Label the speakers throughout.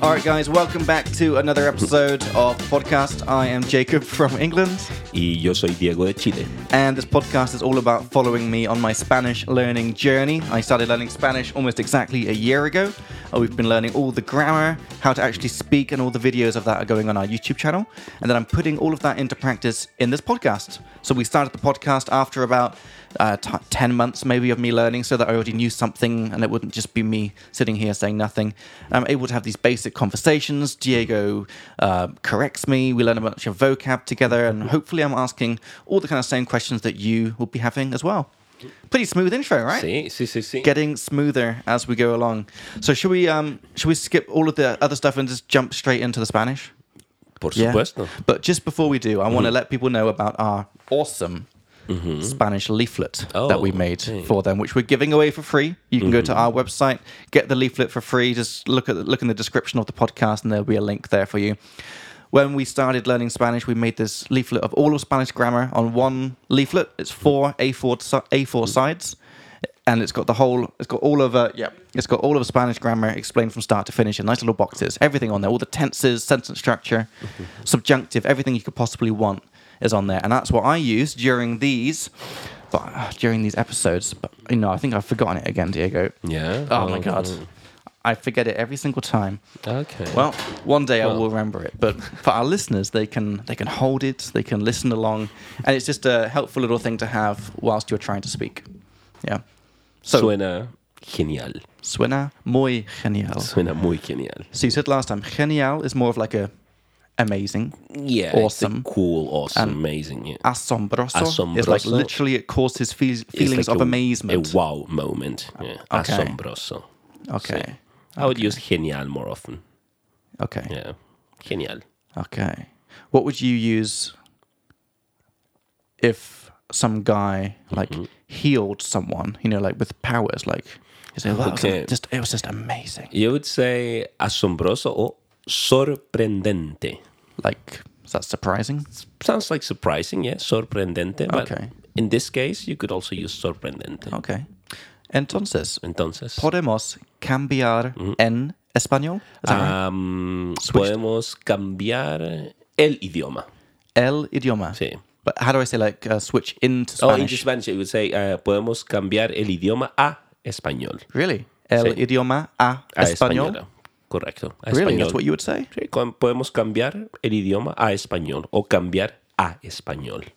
Speaker 1: All right, guys, welcome back to another episode of the podcast. I am Jacob from England,
Speaker 2: Y yo soy Diego de Chile.
Speaker 1: and this podcast is all about following me on my Spanish learning journey. I started learning Spanish almost exactly a year ago. Uh, We've been learning all the grammar, how to actually speak, and all the videos of that are going on our YouTube channel. And then I'm putting all of that into practice in this podcast. So we started the podcast after about uh, t- 10 months maybe of me learning so that I already knew something and it wouldn't just be me sitting here saying nothing. I'm able to have these basic conversations. Diego uh, corrects me. We learn a bunch of vocab together and hopefully I'm asking all the kind of same questions that you will be having as well. Pretty smooth intro, right?
Speaker 2: Sí, sí, sí, sí.
Speaker 1: Getting smoother as we go along. So should we um should we skip all of the other stuff and just jump straight into the Spanish?
Speaker 2: Por
Speaker 1: Yeah.
Speaker 2: supuesto.
Speaker 1: But just before we do, I
Speaker 2: Mm-hmm.
Speaker 1: want to let people know about our awesome Spanish leaflet that we
Speaker 2: Oh,
Speaker 1: made
Speaker 2: okay. Mm-hmm.
Speaker 1: for them, which we're giving away for free. You can go to our website, get the leaflet for free. Just look at look in the description of the podcast, and there'll be a link there for you. When we started learning Spanish, we made this leaflet of all of Spanish grammar on one leaflet. It's four A4 si- A4 sides and it's got the whole it's got all of uh, yeah it's got all of spanish grammar explained from start to finish in nice little boxes everything on there all the tenses sentence structure subjunctive everything you could possibly want is on there and that's what i use during these but uh, during these episodes but you know i think i've forgotten it again diego
Speaker 2: Yeah.
Speaker 1: oh my god i forget it every single time
Speaker 2: Okay.
Speaker 1: well, one day I will remember it. But for our listeners, they can they can hold it, they can listen along, and it's just a helpful little thing to have whilst you're trying to speak. Yeah. So
Speaker 2: suena genial.
Speaker 1: suena muy genial.
Speaker 2: Suena muy genial.
Speaker 1: So you said last time, genial is more of like a amazing,
Speaker 2: Yeah. it's
Speaker 1: Awesome.
Speaker 2: a cool, awesome, amazing. Yeah.
Speaker 1: asombroso. It's like
Speaker 2: Asombroso.
Speaker 1: literally it causes feel,
Speaker 2: It's
Speaker 1: feelings
Speaker 2: like
Speaker 1: of
Speaker 2: a-
Speaker 1: amazement.
Speaker 2: A wow moment. Yeah.
Speaker 1: Okay.
Speaker 2: Asombroso.
Speaker 1: okay.
Speaker 2: Sí. I would use genial more often.
Speaker 1: Okay.
Speaker 2: Yeah. Genial.
Speaker 1: Okay. What would you use if some guy like
Speaker 2: Mm-hmm.
Speaker 1: healed someone, you know, like with powers, like you say, well,
Speaker 2: Okay.
Speaker 1: just it was just amazing.
Speaker 2: You would say asombroso or sorprendente.
Speaker 1: Like is that surprising?
Speaker 2: Sounds like surprising, yeah. Sorprendente. But
Speaker 1: Okay. Oh.
Speaker 2: in this case, you could also use sorprendente.
Speaker 1: Okay. Entonces,
Speaker 2: Entonces. Mm-hmm.
Speaker 1: podemos cambiar en español? Is
Speaker 2: Ah.
Speaker 1: that right?
Speaker 2: Am, podemos cambiar el idioma.
Speaker 1: El idioma.
Speaker 2: Sí.
Speaker 1: But how do I say like uh, switch into
Speaker 2: Oh, in
Speaker 1: Spanish?
Speaker 2: Spanish, it would say uh, podemos cambiar el idioma a español.
Speaker 1: really? El
Speaker 2: Sí.
Speaker 1: idioma a,
Speaker 2: A
Speaker 1: español?
Speaker 2: española. Correcto. A
Speaker 1: Really?
Speaker 2: español.
Speaker 1: That's what you would say?
Speaker 2: Sí, con- podemos cambiar el idioma a español o cambiar a español.
Speaker 1: Ah,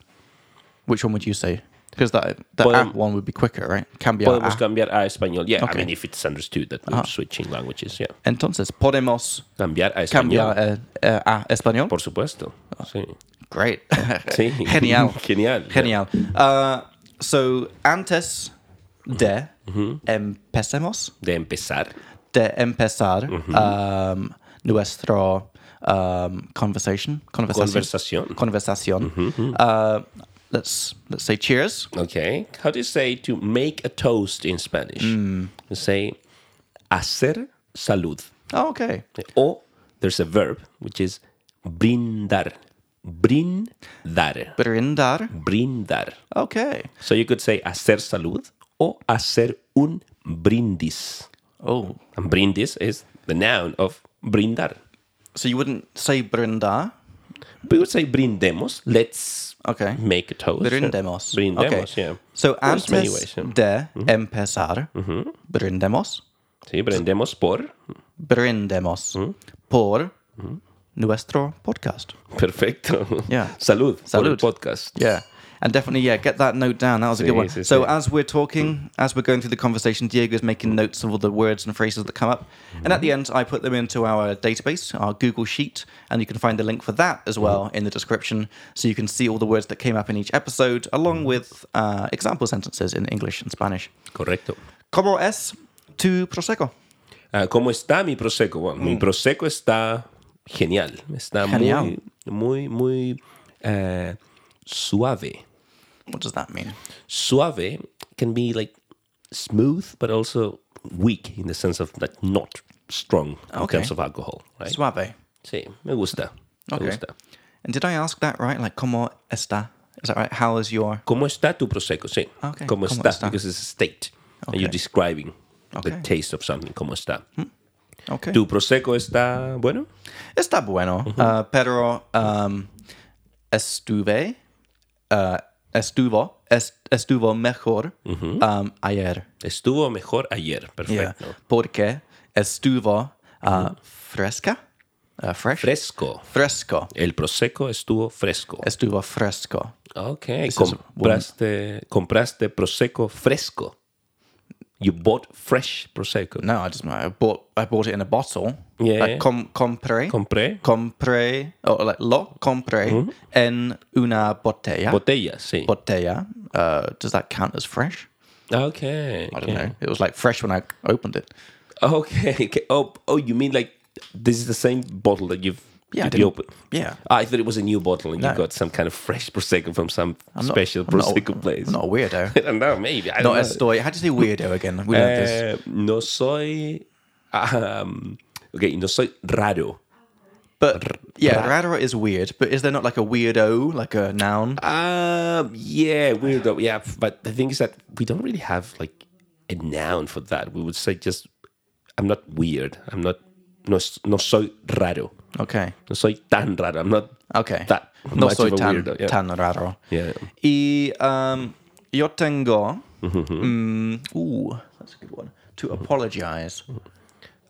Speaker 1: Which one would you say? Because that the
Speaker 2: Podem-
Speaker 1: a one would be quicker, right? Cambiar a
Speaker 2: Podemos cambiar a español. Yeah,
Speaker 1: Okay.
Speaker 2: I mean, if it's understood that we're switching languages, yeah.
Speaker 1: Entonces, podemos
Speaker 2: Cambiar a español.
Speaker 1: cambiar eh, eh, a español.
Speaker 2: Por supuesto. Sí.
Speaker 1: Great.
Speaker 2: Sí.
Speaker 1: Genial.
Speaker 2: Genial.
Speaker 1: Genial. Uh, so, antes de empecemos,
Speaker 2: De empezar.
Speaker 1: de empezar um, nuestro um, conversation,
Speaker 2: Conversación.
Speaker 1: conversación, uh, let's let's say cheers.
Speaker 2: Okay. How do you say to make a toast in Spanish?
Speaker 1: Mm.
Speaker 2: You say hacer salud.
Speaker 1: Oh, okay.
Speaker 2: Or there's a verb which is brindar. Brindar.
Speaker 1: Brindar.
Speaker 2: Brindar.
Speaker 1: Okay.
Speaker 2: So you could say hacer salud or hacer un brindis.
Speaker 1: Oh,
Speaker 2: And brindis is the noun of brindar.
Speaker 1: so you wouldn't say brindar.
Speaker 2: We would say brindemos. Let's
Speaker 1: Okay.
Speaker 2: make a toast.
Speaker 1: Brindemos.
Speaker 2: Brindemos, yeah.
Speaker 1: So
Speaker 2: There's many
Speaker 1: antes
Speaker 2: ways, yeah. Mm-hmm.
Speaker 1: de empezar, brindemos,
Speaker 2: Sí, brindemos por.
Speaker 1: brindemos
Speaker 2: Mm-hmm.
Speaker 1: por nuestro podcast.
Speaker 2: Perfecto.
Speaker 1: Yeah.
Speaker 2: Salud. Por el
Speaker 1: Salud.
Speaker 2: podcast.
Speaker 1: Yeah. And definitely, yeah, get that note down. That was a good
Speaker 2: Sí,
Speaker 1: one.
Speaker 2: sí,
Speaker 1: so
Speaker 2: sí.
Speaker 1: as we're talking, as we're going through the conversation, Diego's making notes of all the words and phrases that come up. And at the end, I put them into our database, our Google Sheet, and you can find the link for that as well
Speaker 2: Mm-hmm.
Speaker 1: in the description. So you can see all the words that came up in each episode,
Speaker 2: Mm-hmm.
Speaker 1: along with uh, example sentences in English and Spanish.
Speaker 2: Correcto.
Speaker 1: ¿Cómo es tu prosecco?
Speaker 2: Ah, ¿Cómo está mi Prosecco? Bueno,
Speaker 1: Mm.
Speaker 2: Mi Prosecco está genial. Está
Speaker 1: Genial.
Speaker 2: muy, muy, muy eh, suave.
Speaker 1: What does that mean?
Speaker 2: Suave can be like smooth, but also weak in the sense of like not strong in
Speaker 1: Okay.
Speaker 2: terms of alcohol, right?
Speaker 1: Suave.
Speaker 2: Sí, me gusta. Me
Speaker 1: Okay.
Speaker 2: gusta.
Speaker 1: And did I ask that right? Like, ¿cómo está? Is that right? How is your
Speaker 2: ¿Cómo está tu Prosecco? Sí.
Speaker 1: Okay,
Speaker 2: ¿Cómo,
Speaker 1: ¿cómo
Speaker 2: está?
Speaker 1: está?
Speaker 2: Because it's a state. And you're describing
Speaker 1: Okay.
Speaker 2: the taste of something. ¿Cómo está?
Speaker 1: Ok.
Speaker 2: ¿Tu prosecco está bueno?
Speaker 1: Está bueno, uh, pero um, estuve, uh, estuvo, est- estuvo mejor um, ayer.
Speaker 2: Estuvo mejor ayer.
Speaker 1: Yeah.
Speaker 2: Perfecto.
Speaker 1: Porque estuvo uh, fresca, uh, fresh?
Speaker 2: Fresco.
Speaker 1: fresco.
Speaker 2: El prosecco estuvo fresco.
Speaker 1: Estuvo fresco.
Speaker 2: Ok.
Speaker 1: is
Speaker 2: Compraste, compraste prosecco fresco. You bought fresh prosecco.
Speaker 1: No, I just I bought I bought it in a bottle.
Speaker 2: Yeah,
Speaker 1: Like,
Speaker 2: yeah.
Speaker 1: com- compré.
Speaker 2: Compré
Speaker 1: compré. Oh, like lo compré
Speaker 2: Hmm?
Speaker 1: en una botella.
Speaker 2: botella, sí.
Speaker 1: botella. Uh, does that count as fresh?
Speaker 2: Okay.
Speaker 1: I don't know. It was like fresh when I opened it.
Speaker 2: Okay. okay. Oh, oh, you mean like this is the same bottle that you've
Speaker 1: Yeah, I
Speaker 2: that
Speaker 1: didn't-
Speaker 2: you opened?
Speaker 1: yeah.
Speaker 2: Ah, I thought it was a new bottle and
Speaker 1: No.
Speaker 2: you got some kind of fresh prosecco from some
Speaker 1: I'm not-
Speaker 2: special
Speaker 1: I'm not-
Speaker 2: prosecco place.
Speaker 1: I'm not a weirdo.
Speaker 2: I don't know. Maybe I
Speaker 1: not
Speaker 2: don't
Speaker 1: a
Speaker 2: know.
Speaker 1: story. How do you say weirdo again? We learned this.
Speaker 2: Eh, no soy. Um, okay, no soy raro.
Speaker 1: But yeah, raro is weird. But is there not like a weirdo, like a noun?
Speaker 2: Um, yeah, weirdo. Yeah, but the thing is that we don't really have like a noun for that. We would say just, I'm not weird. I'm not. No, s- no soy raro.
Speaker 1: Okay.
Speaker 2: No soy tan raro. I'm not.
Speaker 1: Okay.
Speaker 2: That
Speaker 1: no
Speaker 2: much
Speaker 1: soy
Speaker 2: of a
Speaker 1: tan,
Speaker 2: weirdo, yeah.
Speaker 1: tan raro.
Speaker 2: Yeah.
Speaker 1: Y um, yo tengo.
Speaker 2: Mm-hmm.
Speaker 1: Mm, ooh, that's a good one. To apologize.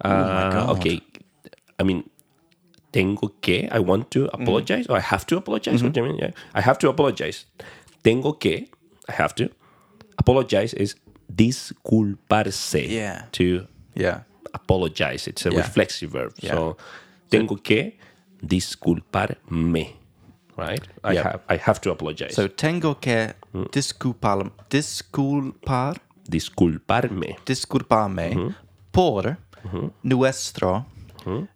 Speaker 2: Uh, okay. I mean, tengo que. I want to apologize, or I have to apologize. What do you mean?
Speaker 1: Mm-hmm.
Speaker 2: Yeah. I have to apologize. Tengo que. I have to. Apologize is disculparse.
Speaker 1: Yeah.
Speaker 2: To
Speaker 1: Yeah.
Speaker 2: apologize. It's a
Speaker 1: Yeah.
Speaker 2: reflexive verb. So tengo que disculparme. Right? I
Speaker 1: Yeah.
Speaker 2: have I have to apologize.
Speaker 1: So tengo que disculpar, disculpar,
Speaker 2: disculparme.
Speaker 1: disculparme por nuestro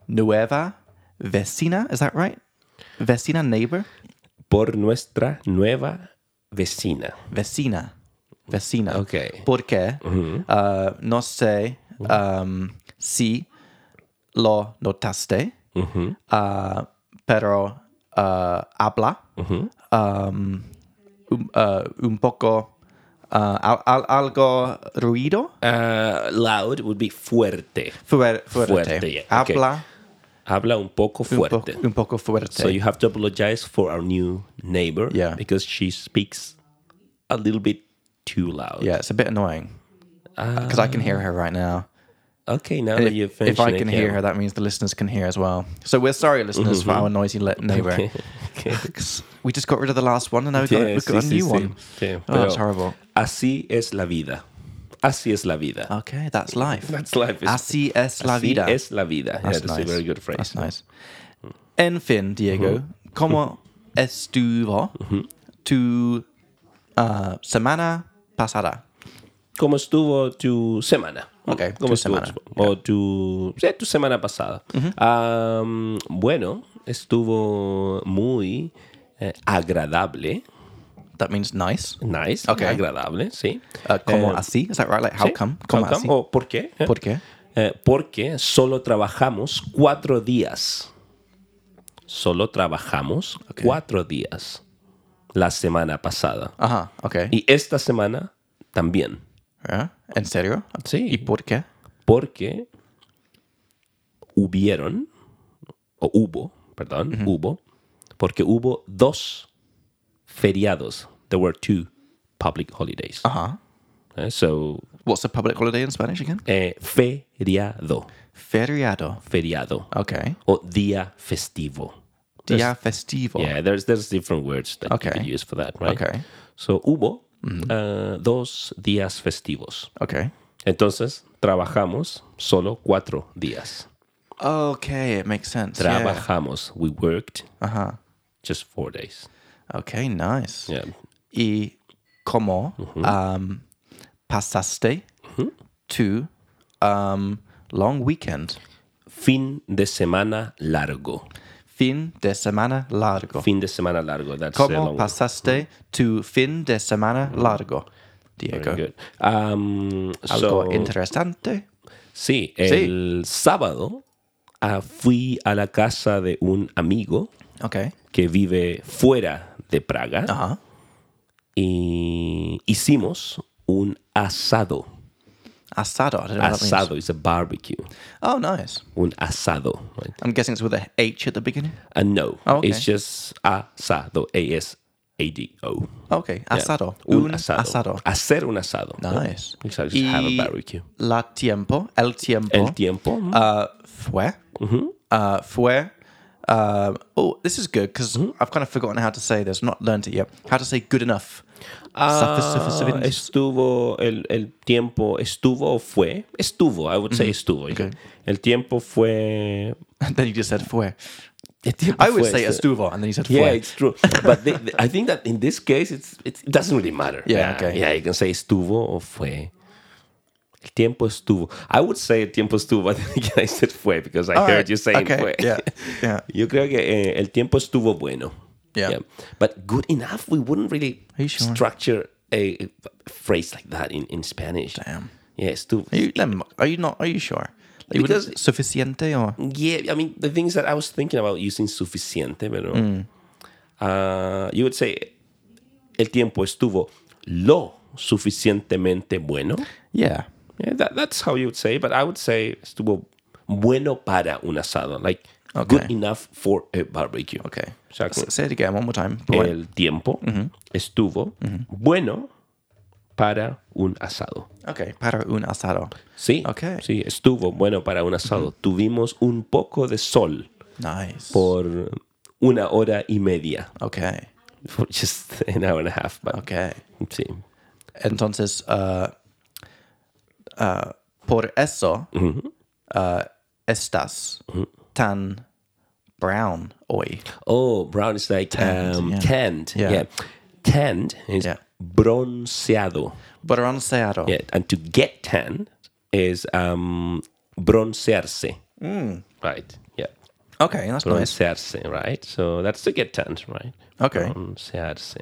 Speaker 1: nueva vecina. Is that right? Vecina, neighbor,
Speaker 2: Por nuestra nueva vecina.
Speaker 1: vecina, vecina.
Speaker 2: Okay. Mm-hmm.
Speaker 1: Porque uh, no sé um, si lo notaste,
Speaker 2: Mm-hmm.
Speaker 1: uh, pero uh, habla
Speaker 2: Mm-hmm.
Speaker 1: um, un, uh, un poco uh, al- al- algo ruido.
Speaker 2: Uh, loud would be fuerte.
Speaker 1: Fuer- fuerte.
Speaker 2: Fuerte, yeah, okay.
Speaker 1: Habla
Speaker 2: Habla un poco
Speaker 1: un, po-
Speaker 2: fuerte.
Speaker 1: un poco fuerte.
Speaker 2: So you have to apologize for our new neighbor
Speaker 1: Yeah.
Speaker 2: because she speaks a little bit too loud.
Speaker 1: yeah, it's a bit annoying
Speaker 2: Ah.
Speaker 1: because I can hear her right now.
Speaker 2: Okay, now that you've
Speaker 1: If, if
Speaker 2: finished
Speaker 1: I can hear her, that means the listeners can hear as well. So we're sorry, listeners, for our noisy le- neighbor.
Speaker 2: Mm-hmm. okay.
Speaker 1: we just got rid of the last one and now we've got,
Speaker 2: Yeah,
Speaker 1: we've
Speaker 2: sí,
Speaker 1: got a
Speaker 2: sí,
Speaker 1: new
Speaker 2: sí.
Speaker 1: one.
Speaker 2: Yeah,
Speaker 1: Oh, that's
Speaker 2: pero
Speaker 1: horrible.
Speaker 2: Así es la vida. Así es la vida.
Speaker 1: Okay, that's life.
Speaker 2: That's life. It's-
Speaker 1: Ah. Así es la
Speaker 2: Así
Speaker 1: vida.
Speaker 2: es la vida. Yeah,
Speaker 1: That's
Speaker 2: that's a very good phrase. Mm. Mm-hmm.
Speaker 1: That's nice. En fin, Diego, ¿cómo estuvo tu uh, semana pasada?
Speaker 2: ¿Cómo estuvo tu semana?
Speaker 1: Ok, Mm, tu
Speaker 2: ¿Cómo estuvo
Speaker 1: semana.
Speaker 2: tu- O tu, sí, tu semana pasada. Am, bueno, estuvo muy eh, agradable.
Speaker 1: That means nice.
Speaker 2: Nice.
Speaker 1: Ok.
Speaker 2: Agradable, sí.
Speaker 1: Uh, ¿Cómo
Speaker 2: Eh,
Speaker 1: así? Is that right? Like, how
Speaker 2: sí,
Speaker 1: come?
Speaker 2: how
Speaker 1: ¿Cómo
Speaker 2: come?
Speaker 1: así?
Speaker 2: ¿O por qué? eh?
Speaker 1: ¿Por qué?
Speaker 2: Eh, porque solo trabajamos cuatro días. Solo trabajamos cuatro días la semana pasada.
Speaker 1: Ajá, ok.
Speaker 2: Y esta semana también.
Speaker 1: Ah, ¿En serio?
Speaker 2: Sí.
Speaker 1: ¿Y por qué?
Speaker 2: Porque hubieron, o hubo, perdón, hubo, porque hubo dos feriados. There were two public holidays.
Speaker 1: Ajá.
Speaker 2: Eh, so,
Speaker 1: What's a public holiday in Spanish again?
Speaker 2: eh, feriado,
Speaker 1: Feriado.
Speaker 2: feriado,
Speaker 1: Okay.
Speaker 2: o día festivo.
Speaker 1: Día festivo.
Speaker 2: Yeah, there's there's different words that
Speaker 1: Okay.
Speaker 2: you could use for that, right?
Speaker 1: Okay.
Speaker 2: So hubo
Speaker 1: Mm-hmm.
Speaker 2: eh, dos días festivos.
Speaker 1: Okay.
Speaker 2: Entonces trabajamos solo cuatro días.
Speaker 1: Okay, it makes sense. yeah. Uh-huh.
Speaker 2: Trabajamos. We worked just four days.
Speaker 1: Okay, nice.
Speaker 2: Yeah.
Speaker 1: Y cómo um, pasaste tu um, long weekend?
Speaker 2: Fin de semana largo.
Speaker 1: Fin de semana largo.
Speaker 2: Fin de semana largo. That's a
Speaker 1: Oh. ¿Cómo
Speaker 2: long-
Speaker 1: pasaste tu fin de semana largo, Diego?
Speaker 2: very good. Um,
Speaker 1: Algo
Speaker 2: so,
Speaker 1: interesante.
Speaker 2: sí, el sábado ah, fui a la casa de un amigo
Speaker 1: Okay. Uh-huh.
Speaker 2: que vive fuera de Praga
Speaker 1: Ajá.
Speaker 2: y hicimos un asado.
Speaker 1: Asado. I don't know what that means.
Speaker 2: Asado is a barbecue.
Speaker 1: Oh, nice.
Speaker 2: Un asado. Right?
Speaker 1: I'm guessing it's with a H at the beginning.
Speaker 2: And no,
Speaker 1: Oh, okay.
Speaker 2: it's just asado. A S A D O.
Speaker 1: Okay, asado.
Speaker 2: Un asado.
Speaker 1: asado.
Speaker 2: Hacer un asado. ¿no?
Speaker 1: Nice.
Speaker 2: Exactly. Just have a
Speaker 1: Y Oh.
Speaker 2: barbecue.
Speaker 1: La tiempo, el tiempo.
Speaker 2: El tiempo. Mm-hmm. mm,
Speaker 1: uh, fue. Uh, fue. Um, oh, this is good because
Speaker 2: Mm-hmm.
Speaker 1: I've kind of forgotten how to say this. Not learned it yet. How to say good enough. Suffi-
Speaker 2: Ah,
Speaker 1: sufficient.
Speaker 2: estuvo el, el tiempo estuvo o fue estuvo I would say estuvo yeah.
Speaker 1: Okay.
Speaker 2: el tiempo fue
Speaker 1: And then you just said fue.
Speaker 2: el tiempo
Speaker 1: I would
Speaker 2: fue
Speaker 1: say
Speaker 2: estu-
Speaker 1: estuvo, and then you said
Speaker 2: yeah
Speaker 1: fue.
Speaker 2: it's true but they- they- I think that in this case it's, it's, it doesn't really matter
Speaker 1: Yeah, okay.
Speaker 2: yeah you can say estuvo o fue el tiempo estuvo I would say el tiempo estuvo but then again I said fue because I
Speaker 1: All
Speaker 2: heard
Speaker 1: right,
Speaker 2: you saying
Speaker 1: okay,
Speaker 2: fue
Speaker 1: yeah, yeah.
Speaker 2: yo creo que eh, el tiempo estuvo bueno
Speaker 1: Yeah.
Speaker 2: but good enough we wouldn't really
Speaker 1: Are you sure?
Speaker 2: structure a, a phrase like that in, in Spanish.
Speaker 1: Damn.
Speaker 2: Yeah, estuvo.
Speaker 1: Are you, Lem, are you not? Are you sure? Like,
Speaker 2: Because-
Speaker 1: because suficiente or
Speaker 2: Yeah, I mean, the things that I was thinking about using suficiente, pero.
Speaker 1: Mm.
Speaker 2: Uh, you would say, el tiempo estuvo lo suficientemente bueno.
Speaker 1: yeah,
Speaker 2: Yeah, that, that's how you would say, but I would say estuvo bueno para un asado. Like, good
Speaker 1: Okay.
Speaker 2: enough for a barbecue.
Speaker 1: okay.
Speaker 2: Exactly.
Speaker 1: S- say it again one more time. Bueno.
Speaker 2: El tiempo estuvo bueno para un asado.
Speaker 1: Okay, para un asado.
Speaker 2: Sí,
Speaker 1: Ok.
Speaker 2: sí, estuvo bueno para un asado. Tuvimos un poco de sol
Speaker 1: Nice.
Speaker 2: por una hora y media.
Speaker 1: okay,
Speaker 2: For just an hour and a half. But,
Speaker 1: okay.
Speaker 2: Sí.
Speaker 1: Entonces, uh, uh, por eso uh, estás tan brown hoy.
Speaker 2: Oh, brown is like um, tanned. Yeah.
Speaker 1: yeah.
Speaker 2: Tanned is
Speaker 1: Yeah.
Speaker 2: bronceado.
Speaker 1: Bronceado.
Speaker 2: Yeah. And to get tan is um, broncearse. Right. Yeah.
Speaker 1: Okay, that's Mm. nice.
Speaker 2: Broncearse, right? So that's to get tanned, right?
Speaker 1: Okay.
Speaker 2: Broncearse.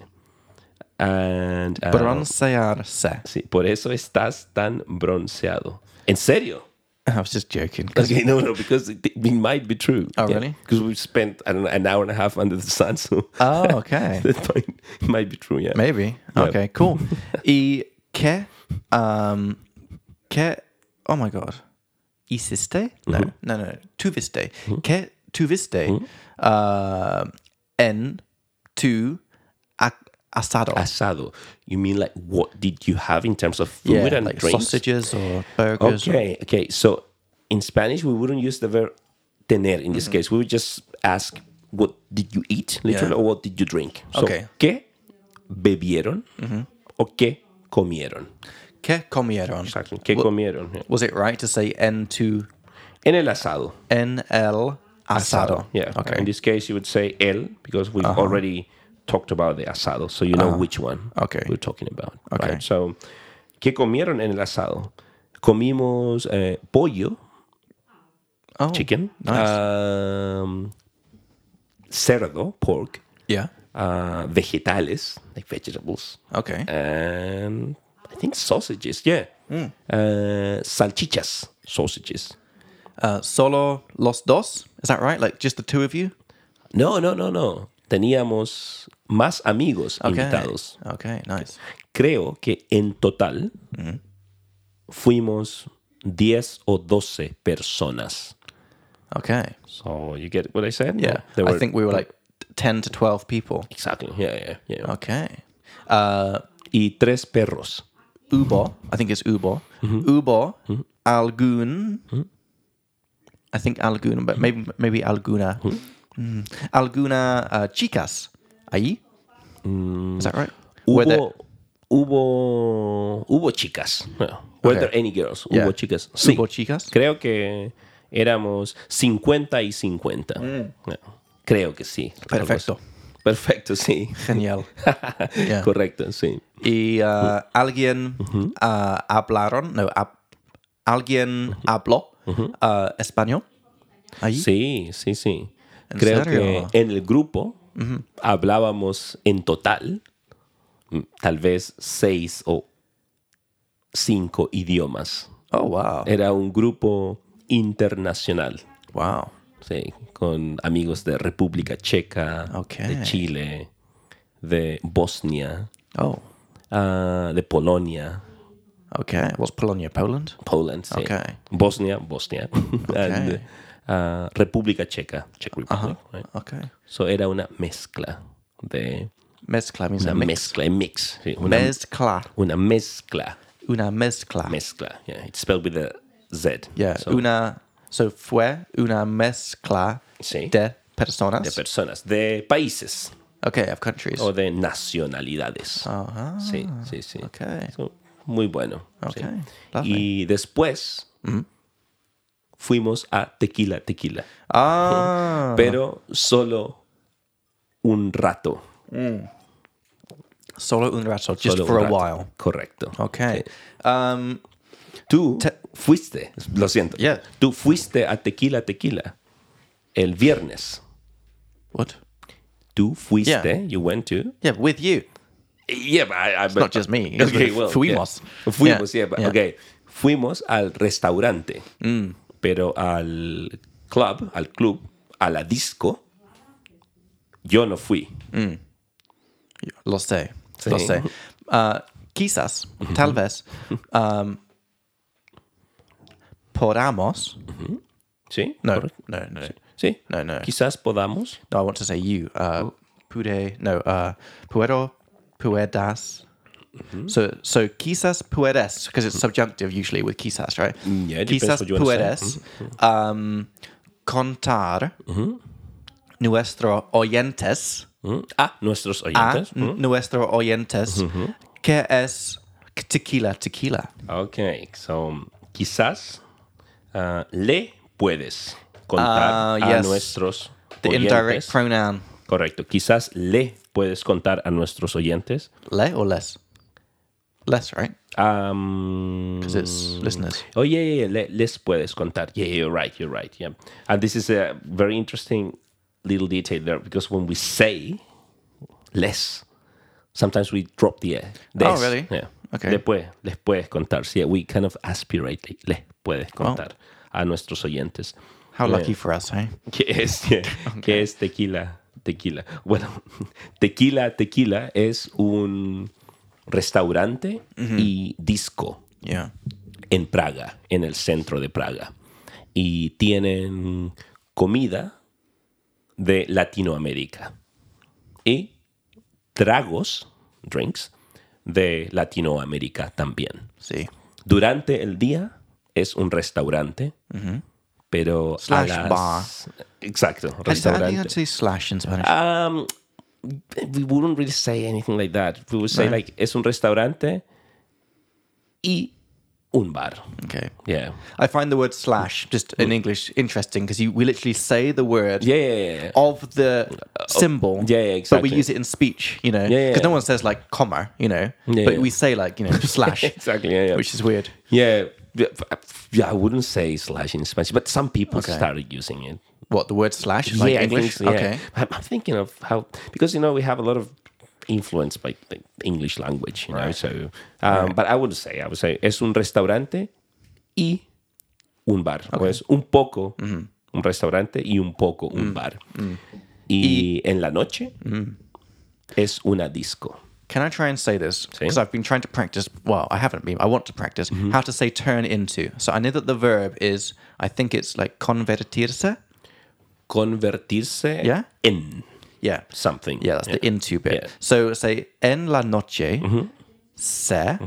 Speaker 2: And uh,
Speaker 1: Broncearse.
Speaker 2: Sí, por eso estás tan bronceado. ¿En serio?
Speaker 1: I was just joking.
Speaker 2: Okay, no, no, because it, it might be true.
Speaker 1: Oh, really?
Speaker 2: Because we've spent, I don't know, an hour and a half under the sun, so
Speaker 1: Oh, okay.
Speaker 2: that might, it might be true, yeah.
Speaker 1: Maybe. Okay, cool. y que, um, que, oh my god. Hiciste? No,
Speaker 2: Mm-hmm.
Speaker 1: no, no. Tuviste. Que tuviste uh, en tu ac- asado?
Speaker 2: Asado. You mean like what did you have in terms of food and
Speaker 1: like
Speaker 2: drinks?
Speaker 1: sausages or burgers. or-
Speaker 2: Okay, okay. So in Spanish, we wouldn't use the verb tener in
Speaker 1: Mm-hmm.
Speaker 2: this case. We would just ask, what did you eat, literally, or what did you drink? So,
Speaker 1: Okay. Mm-hmm.
Speaker 2: ¿Qué bebieron o qué comieron?
Speaker 1: Que comieron?
Speaker 2: Exactly. ¿Qué comieron? Yeah.
Speaker 1: Was it right to say en tu,
Speaker 2: En el asado.
Speaker 1: en el asado?
Speaker 2: Yeah.
Speaker 1: Okay. Uh-huh.
Speaker 2: In this case, you would say el because we've already talked about the asado, so you know which one
Speaker 1: Okay.
Speaker 2: we're talking about.
Speaker 1: Okay.
Speaker 2: Right? So, ¿qué comieron en el asado? Comimos eh, pollo,
Speaker 1: Oh,
Speaker 2: chicken,
Speaker 1: Nice.
Speaker 2: um, cerdo, pork,
Speaker 1: yeah.
Speaker 2: uh, vegetales, like vegetables,
Speaker 1: Okay.
Speaker 2: and I think sausages. Yeah.
Speaker 1: Mm.
Speaker 2: Uh, salchichas, sausages.
Speaker 1: Uh, solo los dos? Is that right? Like just the two of you?
Speaker 2: No, no, no, no. Teníamos más amigos invitados.
Speaker 1: Okay, nice.
Speaker 2: Creo que en total fuimos 10 o 12 personas.
Speaker 1: Okay.
Speaker 2: So you get what I said?
Speaker 1: Yeah.
Speaker 2: There
Speaker 1: I think we were like 10 to 12 people.
Speaker 2: exactly. Yeah, yeah, yeah.
Speaker 1: Okay. Uh,
Speaker 2: Y tres perros.
Speaker 1: Ubo, I think it's Ubo. Ubo, Algun. I think Algun, but maybe maybe Alguna. Mm. Alguna uh, chicas. Ahí? Is that right? Were there-
Speaker 2: Hubo hubo hubo chicas. Well, Were
Speaker 1: Okay.
Speaker 2: there any girls?
Speaker 1: Yeah.
Speaker 2: Hubo chicas. Sí.
Speaker 1: Ubo chicas?
Speaker 2: Creo que éramos 50 y 50. Yeah. Creo que sí. Algo
Speaker 1: Perfecto.
Speaker 2: así. Perfecto, sí.
Speaker 1: Genial. Yeah.
Speaker 2: Correcto, sí.
Speaker 1: y uh, alguien uh, hablaron, no, hab- alguien habló uh, español. Ahí.
Speaker 2: Sí, sí, sí.
Speaker 1: ¿En
Speaker 2: Creo
Speaker 1: serio?
Speaker 2: que en el grupo hablábamos en total mm, tal vez seis o cinco idiomas.
Speaker 1: Oh, wow.
Speaker 2: Era un grupo internacional,
Speaker 1: wow.
Speaker 2: sí, con amigos de República Checa,
Speaker 1: Ok.
Speaker 2: de Chile, de Bosnia,
Speaker 1: Oh,
Speaker 2: ah, de Polonia,
Speaker 1: Okay. What's Polonia? Poland?
Speaker 2: Poland, sí.
Speaker 1: Okay.
Speaker 2: Bosnia, Bosnia, and, uh, República Checa, Czech Republic. right?
Speaker 1: Okay.
Speaker 2: So era una mezcla de
Speaker 1: Mezcla means a
Speaker 2: una
Speaker 1: mix.
Speaker 2: mezcla, mix, sí, una,
Speaker 1: Mezcla.
Speaker 2: una mezcla,
Speaker 1: Una mezcla.
Speaker 2: mezcla. Yeah, it's spelled with a Z.
Speaker 1: yeah.
Speaker 2: so,
Speaker 1: Una. So fue una mezcla
Speaker 2: Sí.
Speaker 1: de Oh. personas.
Speaker 2: de personas, de países
Speaker 1: okay, of countries.
Speaker 2: o de nacionalidades. Sí, sí, sí.
Speaker 1: Okay.
Speaker 2: So, muy bueno. sí.
Speaker 1: Okay, lovely. Mm-hmm.
Speaker 2: Y después fuimos a Tequila, Tequila.
Speaker 1: Ah.
Speaker 2: pero solo un rato.
Speaker 1: Solo un rato, just
Speaker 2: solo
Speaker 1: for
Speaker 2: un
Speaker 1: a
Speaker 2: rato.
Speaker 1: while.
Speaker 2: Correcto.
Speaker 1: Okay.
Speaker 2: Sí.
Speaker 1: Um,
Speaker 2: Tú fuiste, lo siento.
Speaker 1: Yeah.
Speaker 2: Tú fuiste a Tequila, Tequila el viernes.
Speaker 1: what?
Speaker 2: Tú fuiste, you went to.
Speaker 1: Yeah, with you.
Speaker 2: Yeah, but I- I- but-
Speaker 1: not just me. It's
Speaker 2: Okay,
Speaker 1: with-
Speaker 2: well,
Speaker 1: fuimos.
Speaker 2: yeah. Fuimos,
Speaker 1: Yeah,
Speaker 2: yeah, but-
Speaker 1: yeah. Mm.
Speaker 2: okay. Fuimos al restaurante, pero al club, al club, a la disco, yo no fui.
Speaker 1: Lo sé.
Speaker 2: Sí.
Speaker 1: Lo sé. Uh, quizás, tal vez, um, podamos.
Speaker 2: ¿Sí?
Speaker 1: No,
Speaker 2: Correcto.
Speaker 1: no, no,
Speaker 2: Sí.
Speaker 1: no, no.
Speaker 2: Quizás podamos.
Speaker 1: No, Oh, I want to say you. Uh,
Speaker 2: Oh.
Speaker 1: pude, no, uh, puedo, puedas.
Speaker 2: Mm-hmm.
Speaker 1: So, so quizás puedes, because it's subjunctive usually with quizás, right?
Speaker 2: Mm, yeah, it depends
Speaker 1: quizás
Speaker 2: what you wanna say. Mm-hmm.
Speaker 1: puedes um, contar nuestro oyentes,
Speaker 2: Mm. Ah, nuestros
Speaker 1: a
Speaker 2: oyentes. mm-hmm.
Speaker 1: n- nuestro oyentes, que es tequila, tequila.
Speaker 2: Ok, so quizás ah, le puedes contar
Speaker 1: Ah,
Speaker 2: a
Speaker 1: yes.
Speaker 2: nuestros
Speaker 1: The indirect
Speaker 2: oyentes.
Speaker 1: pronoun
Speaker 2: Correcto, quizás le puedes contar a nuestros oyentes.
Speaker 1: le or less? Less, right?
Speaker 2: Am,
Speaker 1: Because it's listeners.
Speaker 2: Oh yeah, yeah, yeah, le- les puedes contar. Yeah, yeah, you're right, you're right. Yeah, and this is a very interesting little detail there because when we say les, sometimes we drop the eh,
Speaker 1: Oh,
Speaker 2: des.
Speaker 1: really?
Speaker 2: Yeah.
Speaker 1: Okay.
Speaker 2: Le puedes, les puedes contar. So, yeah, we kind of aspirate like, les puedes contar a nuestros oyentes.
Speaker 1: How lucky for us, eh? hey?
Speaker 2: ¿Qué es, qué, qué es tequila? Tequila. Bueno, tequila, tequila es un restaurante y disco
Speaker 1: Yeah.
Speaker 2: en Praga, en el centro de Praga. Y tienen comida de Latinoamérica y tragos, drinks, de Latinoamérica también.
Speaker 1: See.
Speaker 2: Durante el día es un restaurante, pero
Speaker 1: Slash
Speaker 2: a las...
Speaker 1: bar.
Speaker 2: Exacto,
Speaker 1: I said- I think I'd
Speaker 2: restaurante.
Speaker 1: say slash in Spanish.
Speaker 2: Um, we wouldn't really say anything like that. We would say
Speaker 1: No.
Speaker 2: like es un restaurante y un bar.
Speaker 1: okay.
Speaker 2: Yeah.
Speaker 1: I find the word slash just in English interesting because we literally say the word
Speaker 2: Yeah, yeah, yeah, yeah.
Speaker 1: of the symbol.
Speaker 2: yeah, yeah,
Speaker 1: But we
Speaker 2: exactly.
Speaker 1: use it in speech, you know, because
Speaker 2: Yeah, yeah,
Speaker 1: no
Speaker 2: yeah.
Speaker 1: one says like comma, you know,
Speaker 2: Yeah,
Speaker 1: but
Speaker 2: yeah.
Speaker 1: we say like, you know, slash,
Speaker 2: Exactly. Yeah, yeah.
Speaker 1: which is weird.
Speaker 2: yeah. yeah, f- Yeah, I wouldn't say slash in Spanish, but some people started using it.
Speaker 1: What, the word slash? is Like
Speaker 2: yeah,
Speaker 1: English?
Speaker 2: I think, so, yeah.
Speaker 1: Okay.
Speaker 2: I'm, I'm thinking of how because you know we have a lot of influence by the English language, you know. So, um, but I would say I would say es un restaurante y un bar. O es un poco un restaurante y un poco un bar. Mm. Y, Mm. en la noche es una disco.
Speaker 1: Can I try and say this? Because I've been trying to practice. Well, I haven't been. I want to practice
Speaker 2: Mm-hmm.
Speaker 1: how to say turn into. So I know that the verb is, I think it's like convertirse.
Speaker 2: Convertirse
Speaker 1: Yeah.
Speaker 2: en
Speaker 1: Yeah.
Speaker 2: something.
Speaker 1: Yeah, that's the into bit.
Speaker 2: Yeah. Mm-hmm.
Speaker 1: So say en la noche se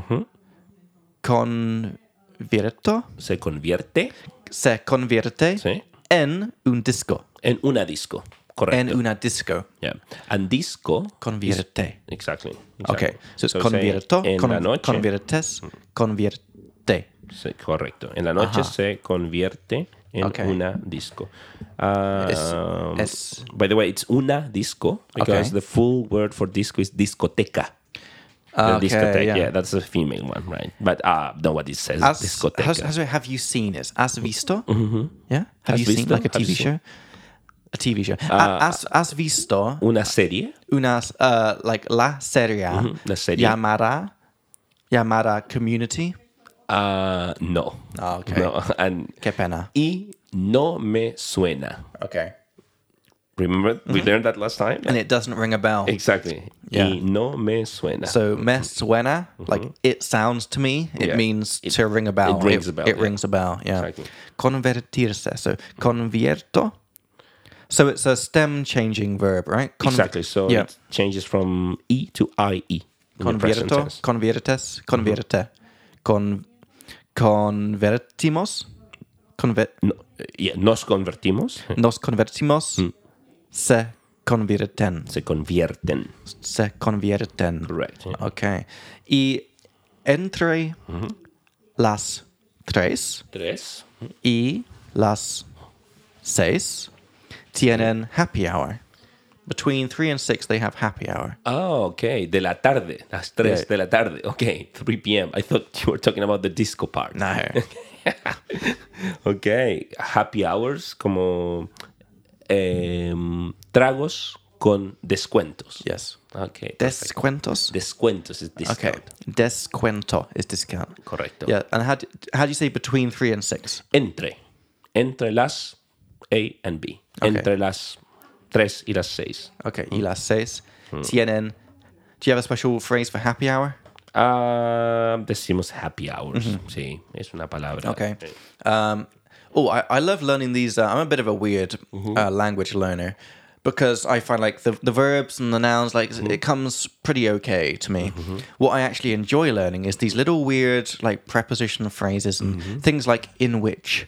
Speaker 1: convierto,
Speaker 2: Se convierte
Speaker 1: se convierte
Speaker 2: Sí.
Speaker 1: en un disco,
Speaker 2: en una disco. Correcto.
Speaker 1: en una disco.
Speaker 2: yeah. And disco
Speaker 1: Convierte.
Speaker 2: Exactly. exactly.
Speaker 1: Okay, so it's
Speaker 2: say
Speaker 1: convierto,
Speaker 2: En
Speaker 1: con-
Speaker 2: la noche. Mm.
Speaker 1: conviertes, convierte.
Speaker 2: Sí, correcto. En la noche se convierte en
Speaker 1: Okay.
Speaker 2: una disco. Um,
Speaker 1: es-
Speaker 2: By the way, it's una disco because
Speaker 1: Okay.
Speaker 2: the full word for disco is discoteca. The
Speaker 1: Okay,
Speaker 2: discoteca,
Speaker 1: Ah, yeah.
Speaker 2: yeah. that's a female one, right? But uh, nobody says
Speaker 1: As,
Speaker 2: discoteca. Mm. Mm-hmm.
Speaker 1: has- has- have you seen it? As visto? Yeah? Have
Speaker 2: Has
Speaker 1: you seen
Speaker 2: visto?
Speaker 1: like a
Speaker 2: Have
Speaker 1: TV show?
Speaker 2: seen. Uh,
Speaker 1: A TV show. A- as, as visto
Speaker 2: una serie.
Speaker 1: unas uh, like la serie,
Speaker 2: la serie.
Speaker 1: llamada llamada community
Speaker 2: Uh, no.
Speaker 1: Ah, okay.
Speaker 2: No, and-
Speaker 1: qué pena
Speaker 2: y no me suena.
Speaker 1: okay
Speaker 2: Remember, we learned that last time.
Speaker 1: and it doesn't ring a bell.
Speaker 2: exactly.
Speaker 1: Yeah.
Speaker 2: Y no me suena.
Speaker 1: So me suena, like it sounds to me. It
Speaker 2: Mm-hmm. Yeah.
Speaker 1: means to ring a bell.
Speaker 2: rings a bell,
Speaker 1: It
Speaker 2: yeah.
Speaker 1: rings a bell. Yeah.
Speaker 2: Exactly.
Speaker 1: Convertirse. So convierto. So it's a stem changing verb, right? Con-
Speaker 2: exactly. So
Speaker 1: yeah.
Speaker 2: it changes from e to ie. in the present
Speaker 1: Convierto.
Speaker 2: tense.
Speaker 1: Conviertes.
Speaker 2: Mm-hmm.
Speaker 1: Convierte. Con convertimos. Conver-
Speaker 2: No, yeah, nos convertimos.
Speaker 1: nos convertimos.
Speaker 2: Hmm.
Speaker 1: Se convierten.
Speaker 2: Se convierten.
Speaker 1: Se convierten.
Speaker 2: Correct. yeah.
Speaker 1: Okay. Y entre las tres
Speaker 2: Tres.
Speaker 1: y las seis tienen happy hour. Between three and six, they have happy hour.
Speaker 2: Oh, okay. De la tarde. Las tres
Speaker 1: Yeah.
Speaker 2: de la tarde. Okay. 3 p.m. I thought you were talking about the disco part.
Speaker 1: No.
Speaker 2: Okay. Happy hours como em, tragos con descuentos.
Speaker 1: yes.
Speaker 2: Okay. perfect.
Speaker 1: Descuentos.
Speaker 2: Descuentos is
Speaker 1: Okay.
Speaker 2: discount.
Speaker 1: Descuento is discount.
Speaker 2: Correcto.
Speaker 1: Yeah. And how do, how do you say between three and six?
Speaker 2: Entre. Entre las A and B. Entre las tres y las seis.
Speaker 1: Okay. Y las seis tienen. Do you have a special phrase for happy hour?
Speaker 2: Ah, decimos happy hours. Sí, es una palabra.
Speaker 1: Okay.
Speaker 2: Eh,
Speaker 1: Um, oh, I, I love learning these. Uh, I'm a bit of a weird uh, language learner because I find like the, the verbs and the nouns, like it comes pretty okay to me. What I actually enjoy learning is these little weird like preposition phrases and things like in which.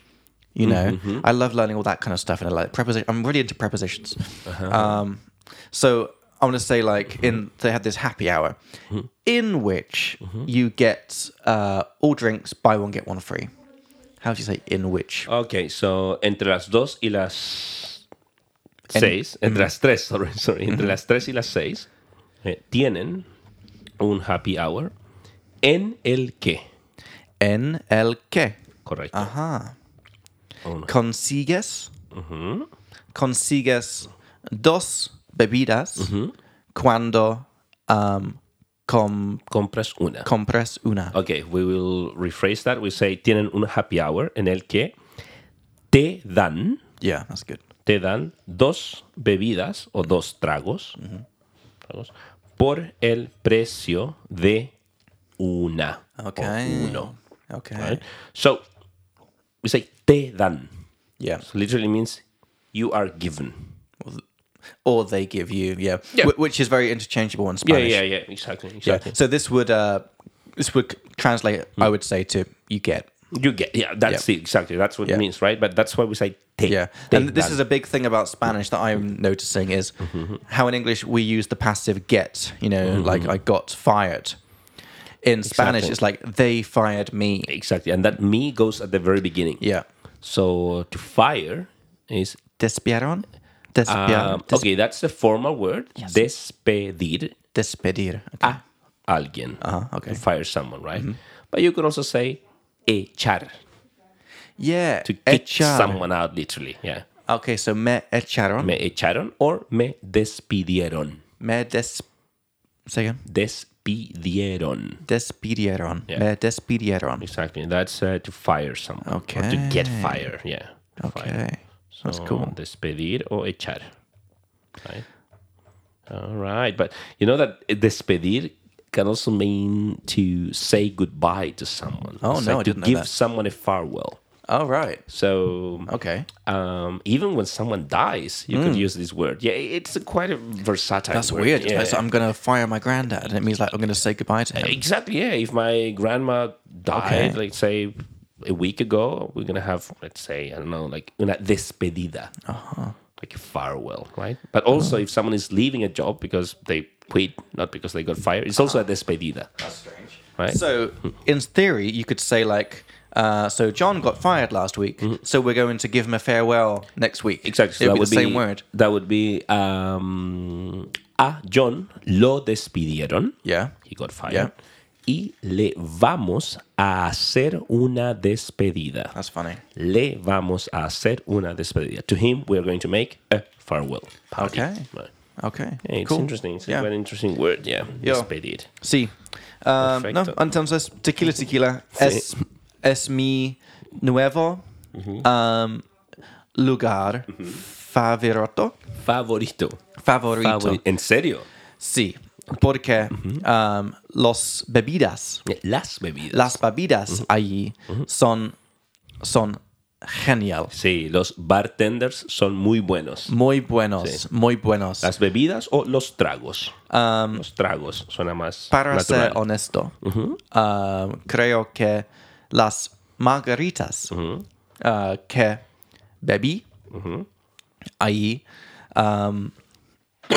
Speaker 1: You know,
Speaker 2: Mm-hmm.
Speaker 1: I love learning all that kind of stuff, and I like preposition. I'm really into prepositions.
Speaker 2: Uh-huh.
Speaker 1: Um, so I'm gonna say like in they had this happy hour,
Speaker 2: Mm-hmm.
Speaker 1: in which you get uh, all drinks buy one get one free. How do you say in which?
Speaker 2: Okay, so entre las 2 y las 6, entre las 3, sorry, sorry, entre las 3 y las 6, tienen un happy hour en el que,
Speaker 1: En el que.
Speaker 2: correcto.
Speaker 1: Ajá.
Speaker 2: Un-
Speaker 1: Consigues.
Speaker 2: Mm-hmm.
Speaker 1: Consigues dos bebidas
Speaker 2: Mm-hmm.
Speaker 1: cuando um, com-
Speaker 2: compras una.
Speaker 1: compres una.
Speaker 2: okay, we will rephrase that. We say tienen un happy hour en el que te dan,
Speaker 1: Yeah, that's good.
Speaker 2: te dan dos bebidas o dos tragos, tragos por el precio de una. o
Speaker 1: Okay.
Speaker 2: Oh, uno.
Speaker 1: Okay.
Speaker 2: right? So we say te dan.
Speaker 1: Yeah.
Speaker 2: So literally means you are given.
Speaker 1: Or they give you. Yeah.
Speaker 2: Yeah.
Speaker 1: Wh- which is very interchangeable in
Speaker 2: Yeah,
Speaker 1: Spanish.
Speaker 2: yeah, yeah. Exactly,
Speaker 1: Yeah.
Speaker 2: exactly. Mm.
Speaker 1: So this would uh, this would translate, I would say, to you get.
Speaker 2: You get. Yeah, that's it. Exactly. That's what
Speaker 1: Yeah.
Speaker 2: it means, right? But that's why we say te.
Speaker 1: Yeah.
Speaker 2: te
Speaker 1: and this
Speaker 2: dan.
Speaker 1: is a big thing about Spanish that I'm noticing is
Speaker 2: Mm-hmm,
Speaker 1: how in English we use the passive get, you know, like I got fired. In Spanish,
Speaker 2: mm-hmm. Exactly.
Speaker 1: it's like they fired me.
Speaker 2: exactly, and that me goes at the very beginning.
Speaker 1: Yeah.
Speaker 2: So to fire is.
Speaker 1: Despiaron? Despiar-
Speaker 2: Um,
Speaker 1: des-
Speaker 2: okay, that's the formal word. Despedir
Speaker 1: Despedir. Okay.
Speaker 2: a alguien.
Speaker 1: Uh-huh, okay. Mm-hmm.
Speaker 2: To fire someone, right? But you could also say echar
Speaker 1: Yeah.
Speaker 2: to kick
Speaker 1: echar.
Speaker 2: someone out, literally. Yeah.
Speaker 1: Okay, so me echaron. Me,
Speaker 2: Me echaron or me despidieron.
Speaker 1: des. Say again.
Speaker 2: Despidieron.
Speaker 1: Despidieron. Me despidieron.
Speaker 2: Exactly. That's uh, to fire someone. Or to get fire. Yeah. to Fire.
Speaker 1: Okay. That's
Speaker 2: So,
Speaker 1: cool.
Speaker 2: Despedir or echar. Right. All right. But you know that despedir can also mean to say goodbye to someone.
Speaker 1: Oh,
Speaker 2: It's
Speaker 1: no,
Speaker 2: like
Speaker 1: I
Speaker 2: to
Speaker 1: didn't know
Speaker 2: give
Speaker 1: that.
Speaker 2: someone a farewell.
Speaker 1: All right.
Speaker 2: So
Speaker 1: Okay.
Speaker 2: um, even when someone dies, you could use this word. Yeah, it's a quite a versatile.
Speaker 1: Mm. That's
Speaker 2: word.
Speaker 1: weird.
Speaker 2: Yeah.
Speaker 1: So I'm going to fire my granddad. And it means like I'm going to say goodbye to him.
Speaker 2: Exactly. Yeah. If my grandma died, like say a week ago, we're gonna have let's say I don't know, like una despedida,
Speaker 1: Uh-huh.
Speaker 2: like a farewell, right? But also, if someone is leaving a job because they quit, not because they got fired, it's also a despedida. That's strange, right?
Speaker 1: So, in theory, you could say like, uh, so John got fired last week, so we're going to give him a farewell next week.
Speaker 2: Mm-hmm. exactly.
Speaker 1: it would be the same word.
Speaker 2: That would be um, a John lo despidieron.
Speaker 1: Yeah.
Speaker 2: He got fired.
Speaker 1: Yeah.
Speaker 2: Y le vamos a hacer una despedida.
Speaker 1: That's funny.
Speaker 2: le vamos a hacer una despedida. To him, we are going to make a farewell party.
Speaker 1: Okay.
Speaker 2: Right.
Speaker 1: Okay,
Speaker 2: Yeah, it's
Speaker 1: cool.
Speaker 2: interesting. It's
Speaker 1: Yeah.
Speaker 2: a very interesting word. Yeah, despedir.
Speaker 1: Sí. Um, no,
Speaker 2: Perfecto.
Speaker 1: entonces tequila tequila es es mi nuevo um, lugar favorito.
Speaker 2: Favorito.
Speaker 1: Favorito.
Speaker 2: Favori- ¿En serio?
Speaker 1: Sí, porque um, los bebidas,
Speaker 2: Las bebidas.
Speaker 1: las bebidas allí son, son genial.
Speaker 2: Sí, los bartenders son muy buenos.
Speaker 1: Muy buenos,
Speaker 2: Sí.
Speaker 1: muy buenos.
Speaker 2: Las bebidas o los tragos. los tragos suena más
Speaker 1: Um, Para
Speaker 2: natural.
Speaker 1: ser honesto, um, creo que las margaritas uh, que bebí ahí um,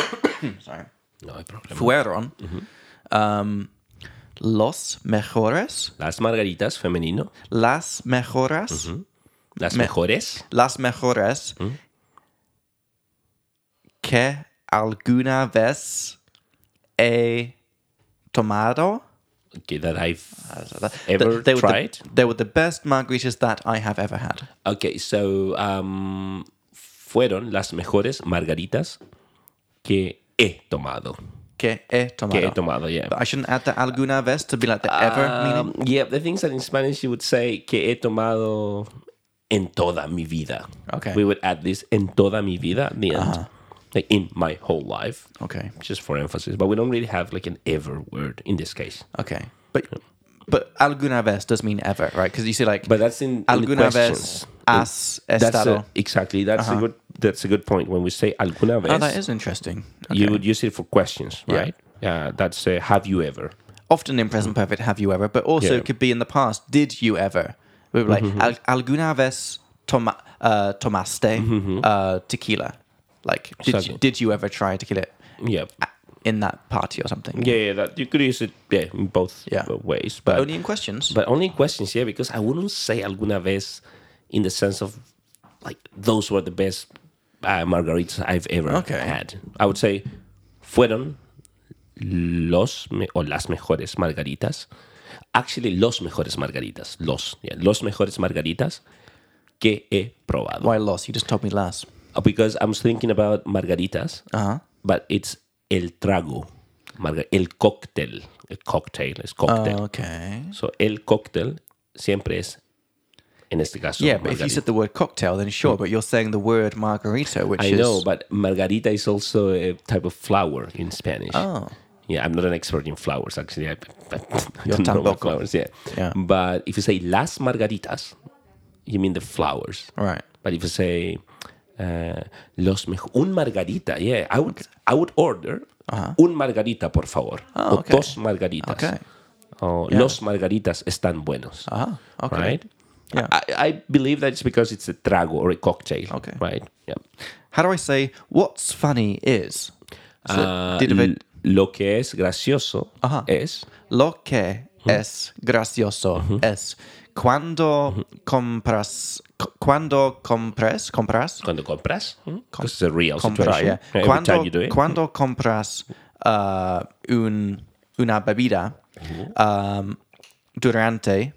Speaker 1: sorry,
Speaker 2: No hay problema.
Speaker 1: fueron um, los mejores,
Speaker 2: Las margaritas femenino,
Speaker 1: las mejoras,
Speaker 2: las
Speaker 1: Me-
Speaker 2: mejores
Speaker 1: las mejores que alguna vez he tomado.
Speaker 2: que that I've
Speaker 1: Th-
Speaker 2: ever
Speaker 1: they, were
Speaker 2: tried.
Speaker 1: The, they were the best margaritas that I have ever had.
Speaker 2: Okay, so um, fueron las mejores margaritas que he tomado.
Speaker 1: Que he tomado.
Speaker 2: Que he tomado, yeah.
Speaker 1: But I shouldn't add the alguna vez to be like the ever meaning.
Speaker 2: Um, yeah, the things that in Spanish you would say que he tomado en toda mi vida.
Speaker 1: Okay.
Speaker 2: We would add this en toda mi vida at the end. Like in my whole life.
Speaker 1: Okay.
Speaker 2: Just for emphasis. But we don't really have like an ever word in this case.
Speaker 1: Okay. But but alguna vez does mean ever, right? Because you see like
Speaker 2: But that's in, in the
Speaker 1: alguna vez
Speaker 2: questions.
Speaker 1: has
Speaker 2: That's
Speaker 1: estado.
Speaker 2: a, exactly. That's a good. That's a good point. When we say alguna vez,
Speaker 1: oh, that is interesting. Okay.
Speaker 2: you would use it for questions,
Speaker 1: Yeah.
Speaker 2: right? Yeah. that's uh, have you ever?
Speaker 1: Often in present perfect, have you ever? But also
Speaker 2: Yeah. Mm-hmm.
Speaker 1: it could be in the past. Did you ever? We were like al- alguna vez toma- uh, tomaste uh, tequila. Like did you,
Speaker 2: Mm-hmm. Exactly.
Speaker 1: did you ever try tequila
Speaker 2: Yeah.
Speaker 1: in that party or something?
Speaker 2: Yeah, yeah, that you could use it yeah, in both
Speaker 1: Yeah.
Speaker 2: both ways, but
Speaker 1: Only in questions.
Speaker 2: But only questions, yeah, because I wouldn't say alguna vez in the sense of like those were the best uh, margaritas I've ever
Speaker 1: Okay.
Speaker 2: had. I would say fueron los me- o las mejores margaritas. Actually, los mejores margaritas. Los, yeah, los mejores margaritas que he probado.
Speaker 1: Why loss? You just told me last.
Speaker 2: Uh, Because I'm thinking about margaritas,
Speaker 1: Uh-huh.
Speaker 2: but it's el trago, marga- el cóctel. El cocktail, es cocktail.
Speaker 1: Oh. Okay.
Speaker 2: So, el cóctel siempre es, en este caso,
Speaker 1: Yeah, but if
Speaker 2: margarita.
Speaker 1: you said the word cocktail, then sure. But you're saying the word margarita, which
Speaker 2: I
Speaker 1: is
Speaker 2: know, but margarita is also a type of flower in Spanish.
Speaker 1: Oh.
Speaker 2: Yeah, I'm not an expert in flowers, actually. I, I, I
Speaker 1: Yo
Speaker 2: don't know about
Speaker 1: tampoco.
Speaker 2: flowers, yeah.
Speaker 1: Yeah.
Speaker 2: But if you say las margaritas, you mean the flowers.
Speaker 1: right.
Speaker 2: But if you say uh, los mej- un margarita, yeah, I would I would order un margarita, por favor,
Speaker 1: Oh,
Speaker 2: o
Speaker 1: okay.
Speaker 2: dos margaritas,
Speaker 1: Okay.
Speaker 2: o los margaritas están buenos,
Speaker 1: Ah, okay.
Speaker 2: right?
Speaker 1: Yeah.
Speaker 2: I, I believe that it's because it's a trago or a cocktail,
Speaker 1: Okay.
Speaker 2: right? Yeah.
Speaker 1: How do I say what's funny is? So,
Speaker 2: Ah,
Speaker 1: did a
Speaker 2: l-
Speaker 1: bit-
Speaker 2: lo que es gracioso es
Speaker 1: lo que es gracioso es cuando compras cu- cuando compres compras
Speaker 2: cuando compras, because it's a real
Speaker 1: comprar,
Speaker 2: situation.
Speaker 1: yeah.
Speaker 2: Every time
Speaker 1: Cuando,
Speaker 2: you do it,
Speaker 1: cuando compras uh, un, una bebida um, durante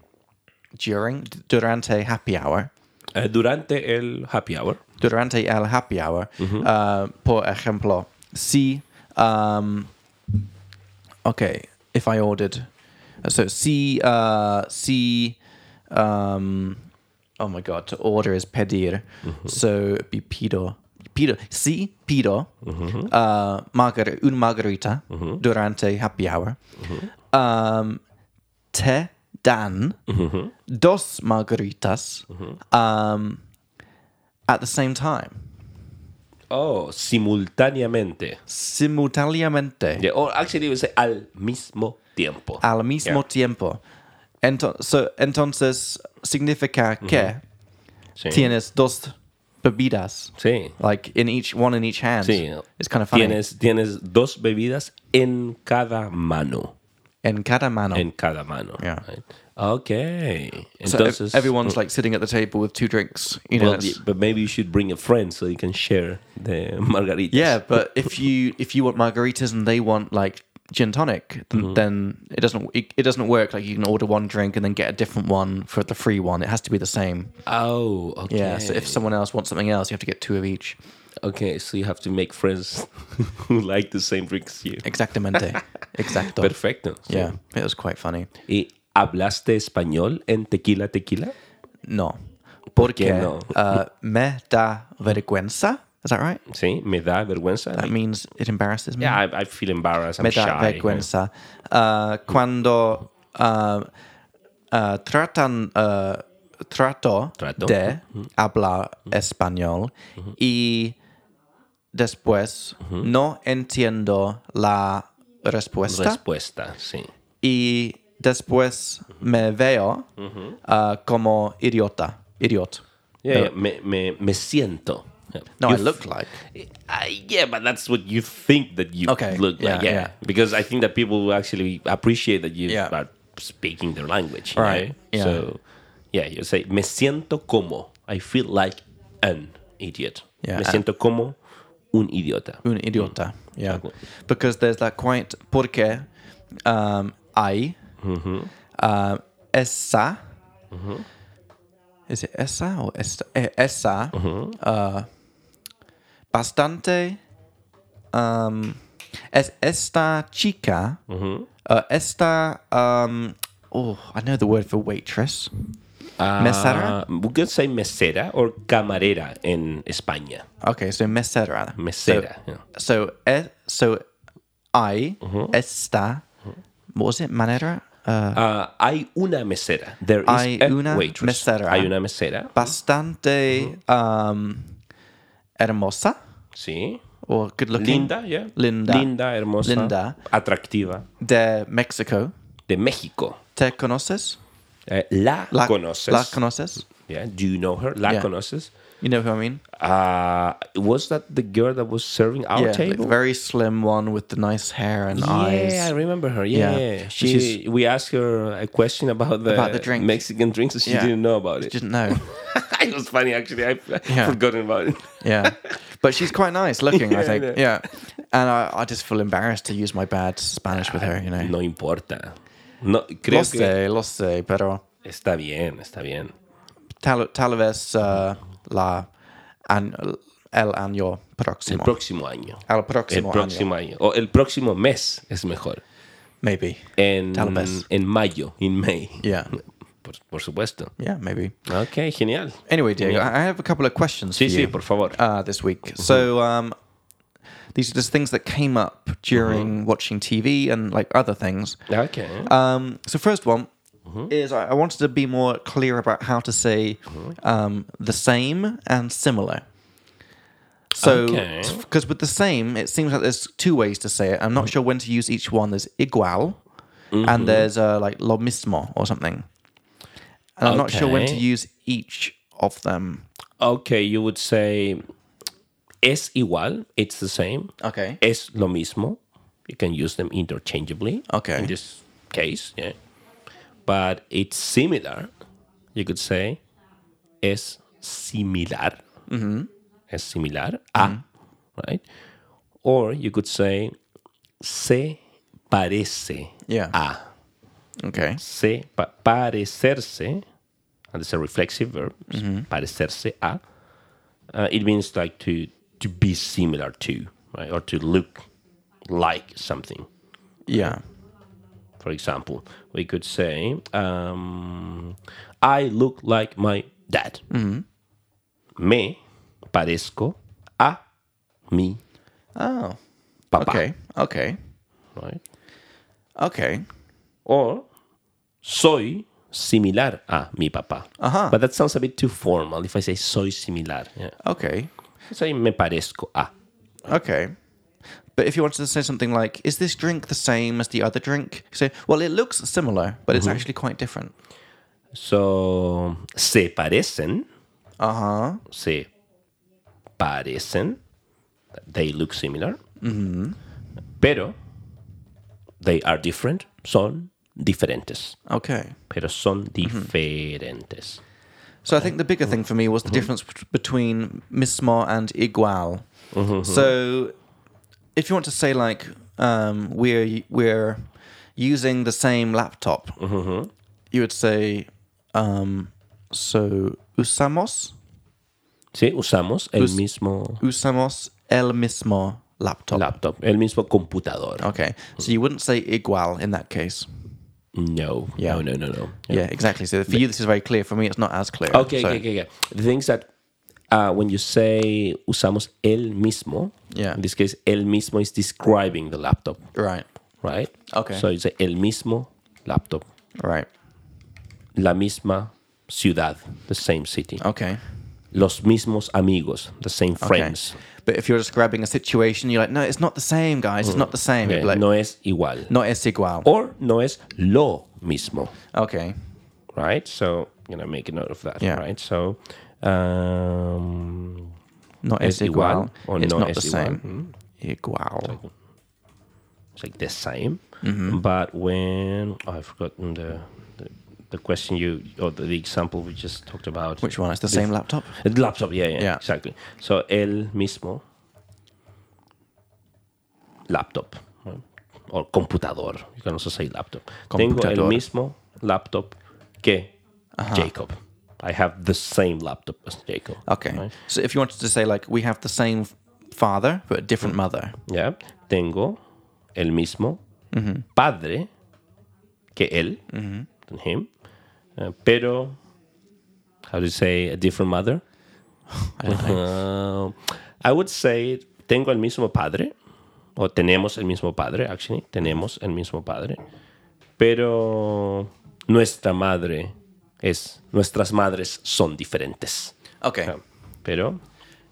Speaker 1: during durante happy hour
Speaker 2: eh, durante el happy hour,
Speaker 1: durante el happy hour uh, por ejemplo si um, okay if I ordered so si uh, si um, oh my god to order is pedir so it'd be pido pido si pido uh, margar- un margarita durante happy hour um, te dan dos margaritas um, at the same time,
Speaker 2: oh, simultáneamente.
Speaker 1: simultáneamente,
Speaker 2: Yeah, or actually, we say al mismo tiempo.
Speaker 1: al mismo tiempo. Ento- so, entonces significa que
Speaker 2: Mm-hmm. Sí.
Speaker 1: tienes dos bebidas,
Speaker 2: Sí.
Speaker 1: like in each one in each hand.
Speaker 2: Sí.
Speaker 1: It's kind of funny.
Speaker 2: Tienes, tienes dos bebidas en cada mano.
Speaker 1: en cada mano.
Speaker 2: En cada mano.
Speaker 1: Yeah.
Speaker 2: right?
Speaker 1: e-,
Speaker 2: Okay.
Speaker 1: so ev-
Speaker 2: Entonces, mm.
Speaker 1: everyone's like sitting at the table with two drinks. You know,
Speaker 2: well,
Speaker 1: it's-
Speaker 2: yeah, but maybe you should bring a friend so you can share the margaritas.
Speaker 1: yeah. But if you if you want margaritas and they want like gin tonic, then,
Speaker 2: Mm-hmm.
Speaker 1: then it doesn't it, it doesn't work. Like you can order one drink and then get a different one for the free one. It has to be the same.
Speaker 2: Oh, okay.
Speaker 1: Yeah, so if someone else wants something else, you have to get two of each.
Speaker 2: okay, so you have to make friends who like the same drinks you.
Speaker 1: Exactamente. Exacto.
Speaker 2: Perfecto. sí.
Speaker 1: yeah, it was quite funny.
Speaker 2: ¿Y hablaste español en Tequila Tequila?
Speaker 1: No. Porque
Speaker 2: no?
Speaker 1: uh, me da vergüenza Is that right?
Speaker 2: Sí, me da vergüenza.
Speaker 1: That
Speaker 2: like,
Speaker 1: means it embarrasses me.
Speaker 2: yeah, I, I feel embarrassed. I'm
Speaker 1: me
Speaker 2: shy.
Speaker 1: da vergüenza. Uh, cuando uh, uh, tratan, uh, trato,
Speaker 2: Trato.
Speaker 1: de hablar español y después no entiendo la respuesta
Speaker 2: Respuesta, sí.
Speaker 1: y después me veo uh, como idiota. Idiot.
Speaker 2: Yeah, yeah, Me, me, me siento. Yeah.
Speaker 1: No, I
Speaker 2: You
Speaker 1: look like.
Speaker 2: Uh, yeah, but that's what you think that you
Speaker 1: Okay,
Speaker 2: look
Speaker 1: yeah,
Speaker 2: like. Yeah.
Speaker 1: yeah.
Speaker 2: Because I think that people will actually appreciate that you
Speaker 1: Yeah.
Speaker 2: are speaking their language.
Speaker 1: Right,
Speaker 2: you
Speaker 1: yeah.
Speaker 2: know? So, yeah, you say, me siento como. I feel like an idiot.
Speaker 1: Yeah, uh,
Speaker 2: Me
Speaker 1: and-
Speaker 2: siento como un idiota.
Speaker 1: Un idiota. Yeah.
Speaker 2: Exactly.
Speaker 1: Because there's that quite porque um, hay um, esa. Is it esa or esta? Eh, Esa. uh, bastante. Um, es esta chica. Uh, esta. Um, oh, I know the word for waitress. mesera?
Speaker 2: Uh, we could say mesera or camarera in España.
Speaker 1: Okay, so mesera.
Speaker 2: Mesera. yeah.
Speaker 1: So, e- so I esta. What was it? Manera. Uh,
Speaker 2: Mm-hmm. Uh, hay una mesera. There is
Speaker 1: Hay
Speaker 2: a
Speaker 1: una
Speaker 2: waitress.
Speaker 1: mesera.
Speaker 2: Hay una mesera.
Speaker 1: bastante
Speaker 2: mm-hmm.
Speaker 1: um, hermosa
Speaker 2: Sí.
Speaker 1: or good looking.
Speaker 2: Linda, yeah.
Speaker 1: Linda.
Speaker 2: Linda, hermosa.
Speaker 1: Linda.
Speaker 2: Atractiva.
Speaker 1: De Mexico.
Speaker 2: De México.
Speaker 1: Te conoces?
Speaker 2: Eh, la,
Speaker 1: La
Speaker 2: conoces.
Speaker 1: La conoces?
Speaker 2: yeah. Do you know her? La
Speaker 1: Yeah.
Speaker 2: conoces.
Speaker 1: You know who I mean?
Speaker 2: Uh, was that the girl that was serving our
Speaker 1: yeah,
Speaker 2: table?
Speaker 1: very slim one with the nice hair and
Speaker 2: Yeah, I
Speaker 1: eyes.
Speaker 2: remember her.
Speaker 1: Yeah.
Speaker 2: Yeah, she.
Speaker 1: She's-
Speaker 2: we asked her a question about the,
Speaker 1: About the drink.
Speaker 2: Mexican drinks, and she
Speaker 1: Yeah.
Speaker 2: didn't know about
Speaker 1: She
Speaker 2: it.
Speaker 1: didn't know.
Speaker 2: it was funny actually. I
Speaker 1: Yeah.
Speaker 2: have forgotten about it.
Speaker 1: yeah, but she's quite nice looking. I
Speaker 2: Yeah,
Speaker 1: think.
Speaker 2: I know.
Speaker 1: Yeah, and I, I just feel embarrassed to use my bad Spanish with her. You know.
Speaker 2: No importa. No, creo
Speaker 1: Lo
Speaker 2: que
Speaker 1: sé, lo sé, pero
Speaker 2: está bien, está bien.
Speaker 1: tal, tal vez uh, la an, el año
Speaker 2: El
Speaker 1: próximo.
Speaker 2: próximo año.
Speaker 1: al
Speaker 2: El
Speaker 1: Ah. próximo, año.
Speaker 2: próximo año. O el próximo mes es mejor.
Speaker 1: Maybe.
Speaker 2: En,
Speaker 1: Tal vez.
Speaker 2: en mayo, in May.
Speaker 1: Yeah.
Speaker 2: Por, por supuesto.
Speaker 1: Yeah, maybe.
Speaker 2: Ok, genial.
Speaker 1: Anyway, Diego, I I have a couple of questions
Speaker 2: Sí,
Speaker 1: for you
Speaker 2: sí, por favor.
Speaker 1: uh, this week. So um, these are just things that came up during watching TV and like other things.
Speaker 2: ok.
Speaker 1: Um, so first one
Speaker 2: Mm-hmm.
Speaker 1: is I, I wanted to be more clear about how to say um, the same and similar. So,
Speaker 2: Okay.
Speaker 1: because with the same, it seems like there's two ways to say it. I'm
Speaker 2: Mm-hmm.
Speaker 1: not sure when to use each one. There's igual, and there's uh, like lo mismo or something. And I'm not sure when to
Speaker 2: Okay.
Speaker 1: use each of them.
Speaker 2: Ok, you would say es igual, it's the same.
Speaker 1: Okay.
Speaker 2: Es lo mismo. You can use them interchangeably.
Speaker 1: Okay.
Speaker 2: In this case, yeah. But it's similar. You could say es similar. Es similar a, right? Or you could say se parece
Speaker 1: Yeah.
Speaker 2: a.
Speaker 1: Okay.
Speaker 2: se, pa- parecerse, and it's a reflexive verb, parecerse a, uh, it means like to, to be similar to, right? Or to look like something.
Speaker 1: Yeah.
Speaker 2: For example, we could say, um, I look like my dad. Me parezco a mi
Speaker 1: Oh.
Speaker 2: papá.
Speaker 1: Okay. Okay.
Speaker 2: Right?
Speaker 1: Okay.
Speaker 2: or soy similar a mi papá.
Speaker 1: Ajá.
Speaker 2: But that sounds a bit too formal if I say soy similar. Yeah.
Speaker 1: Okay.
Speaker 2: Say me parezco a.
Speaker 1: Okay. But if you wanted to say something like, is this drink the same as the other drink? You say, well, it looks similar, but it's actually quite different.
Speaker 2: So, se parecen,
Speaker 1: Uh huh.
Speaker 2: se parecen. They look similar. Pero, they are different. Son diferentes.
Speaker 1: Okay.
Speaker 2: Pero son diferentes.
Speaker 1: So I think the bigger thing for me was the difference bet- between mismo and igual. So if you want to say like um, we're we're using the same laptop, you would say um, so usamos
Speaker 2: Sí, usamos el mismo
Speaker 1: usamos el mismo laptop.
Speaker 2: laptop, el mismo computador.
Speaker 1: Okay. So you wouldn't say igual in that case.
Speaker 2: No, no, no, no, no.
Speaker 1: Yeah, exactly. So for you, this is very clear. For me, it's not as clear.
Speaker 2: Okay,
Speaker 1: So-
Speaker 2: okay, okay, okay. The things that uh, when you say usamos el mismo,
Speaker 1: Yeah.
Speaker 2: in this case, el mismo is describing the laptop,
Speaker 1: Right.
Speaker 2: right?
Speaker 1: Okay.
Speaker 2: So you say el mismo laptop,
Speaker 1: Right.
Speaker 2: la misma ciudad, the same city,
Speaker 1: Okay.
Speaker 2: los mismos amigos, the same
Speaker 1: Oh. Okay.
Speaker 2: friends.
Speaker 1: But if you're describing a situation, you're like, no, it's not the same, guys. It's not the same.
Speaker 2: Mm. Yeah,
Speaker 1: You'd be Like,
Speaker 2: no es igual.
Speaker 1: Not es igual.
Speaker 2: Or no es lo mismo,
Speaker 1: Okay.
Speaker 2: right? So, you know, make a note of that,
Speaker 1: Yeah.
Speaker 2: right? So, um,
Speaker 1: Not
Speaker 2: Es
Speaker 1: es igual.
Speaker 2: igual or
Speaker 1: it's
Speaker 2: no
Speaker 1: not
Speaker 2: es
Speaker 1: the
Speaker 2: igual. Mm.
Speaker 1: same. Mm. Igual.
Speaker 2: it's like the same.
Speaker 1: Mm-hmm.
Speaker 2: But when oh, I've forgotten the, the the question you or the, the example we just talked about.
Speaker 1: Which one? It's the same laptop.
Speaker 2: The laptop, yeah, yeah,
Speaker 1: Yeah.
Speaker 2: exactly. So el mismo laptop right? or computador. You can also say laptop. Tengo el
Speaker 1: Computador.
Speaker 2: mismo laptop que Jacob. I have the same laptop as Jacob.
Speaker 1: Okay.
Speaker 2: right?
Speaker 1: So if you wanted to say like we have the same f- father but a
Speaker 2: Mm.
Speaker 1: different mother.
Speaker 2: Yeah. Tengo el mismo padre que él, than him, uh, pero, how do you say, a different mother?
Speaker 1: I don't know.
Speaker 2: Uh, I would say, tengo el mismo padre, o tenemos el mismo padre, actually, tenemos el mismo padre, pero nuestra madre es, nuestras madres son diferentes.
Speaker 1: Okay.
Speaker 2: Yeah. Pero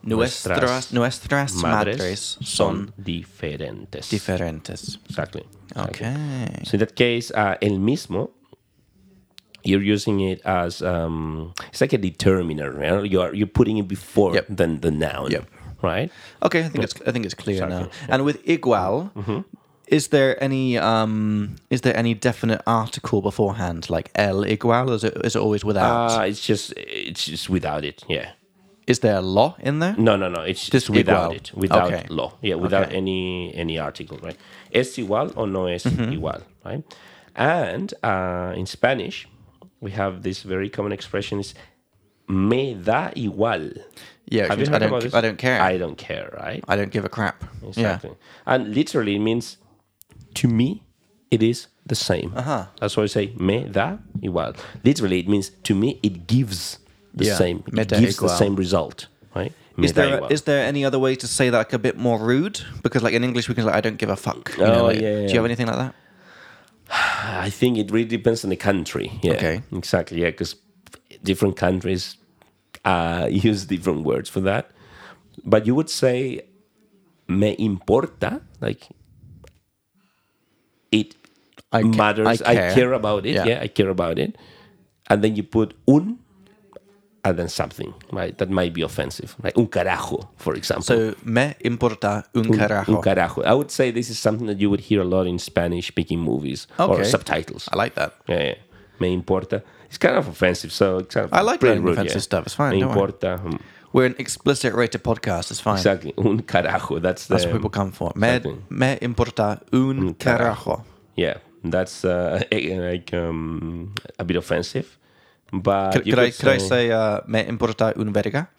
Speaker 1: Nuestras nuestras
Speaker 2: madres,
Speaker 1: madres, son
Speaker 2: son diferentes.
Speaker 1: diferentes.
Speaker 2: Exactly. exactly.
Speaker 1: Okay.
Speaker 2: So in that case, uh, el mismo, you're using it as um, it's like a determiner. Right? You are you're putting it before
Speaker 1: Yep.
Speaker 2: than the noun.
Speaker 1: Yep.
Speaker 2: Right.
Speaker 1: Okay, I think it's I think it's clear now. And with igual,
Speaker 2: Mm-hmm.
Speaker 1: is there any um is there any definite article beforehand like el igual or is it, is it always without?
Speaker 2: Uh, it's just it's just without it. Yeah.
Speaker 1: is there a lo in there?
Speaker 2: No, no, no. It's
Speaker 1: Just
Speaker 2: just without
Speaker 1: igual.
Speaker 2: it, without
Speaker 1: Okay.
Speaker 2: law. Yeah, without
Speaker 1: Okay.
Speaker 2: any any article. Right. Es igual or no es
Speaker 1: Mm-hmm.
Speaker 2: igual. Right. And uh, in Spanish, we have this very common expression: is me da igual.
Speaker 1: Yeah,
Speaker 2: Have you
Speaker 1: because I
Speaker 2: heard
Speaker 1: don't
Speaker 2: about
Speaker 1: ca-
Speaker 2: this?
Speaker 1: I don't care.
Speaker 2: I don't care, right?
Speaker 1: I don't give a crap.
Speaker 2: Exactly. And literally it means to me it is the same. Uh-huh. That's why I say me da igual. Literally it means to me it gives the
Speaker 1: Yeah.
Speaker 2: same.
Speaker 1: Me
Speaker 2: It
Speaker 1: da
Speaker 2: gives the
Speaker 1: igual.
Speaker 2: same result, right? Me
Speaker 1: Yeah. Is
Speaker 2: da
Speaker 1: there
Speaker 2: igual.
Speaker 1: is there any other way to say that like a bit more rude? Because like in English we can like I don't give a fuck. You
Speaker 2: Oh,
Speaker 1: like,
Speaker 2: yeah, yeah.
Speaker 1: Do you have anything like that?
Speaker 2: Ah, I think it really depends on the country. Yeah.
Speaker 1: Okay.
Speaker 2: Exactly. Yeah, because different countries uh, use different words for that. But you would say me importa, like it
Speaker 1: I ca-
Speaker 2: matters.
Speaker 1: I
Speaker 2: I care.
Speaker 1: care.
Speaker 2: about it.
Speaker 1: Yeah.
Speaker 2: Yeah. I care about it. And then you put un and then something, right? That might be offensive. Like un carajo, for example.
Speaker 1: So me importa un
Speaker 2: Un
Speaker 1: carajo.
Speaker 2: carajo. I would say this is something that you would hear a lot in Spanish speaking movies or
Speaker 1: Okay.
Speaker 2: subtitles.
Speaker 1: I like that.
Speaker 2: Yeah, yeah. Me importa. It's kind of offensive, so it's kind of
Speaker 1: I like
Speaker 2: pretty
Speaker 1: learning
Speaker 2: rude,
Speaker 1: offensive
Speaker 2: yeah.
Speaker 1: stuff, it's fine,
Speaker 2: Me
Speaker 1: don't worry.
Speaker 2: importa. um,
Speaker 1: We're an explicit rated podcast. It's fine.
Speaker 2: Exactly. Un carajo. That's the
Speaker 1: That's what people come for. Me,
Speaker 2: Um, exactly.
Speaker 1: me importa un carajo.
Speaker 2: yeah. That's uh, eh, like um, a bit offensive, but
Speaker 1: Could,
Speaker 2: you
Speaker 1: could I
Speaker 2: could
Speaker 1: could I say uh, me importa un verga?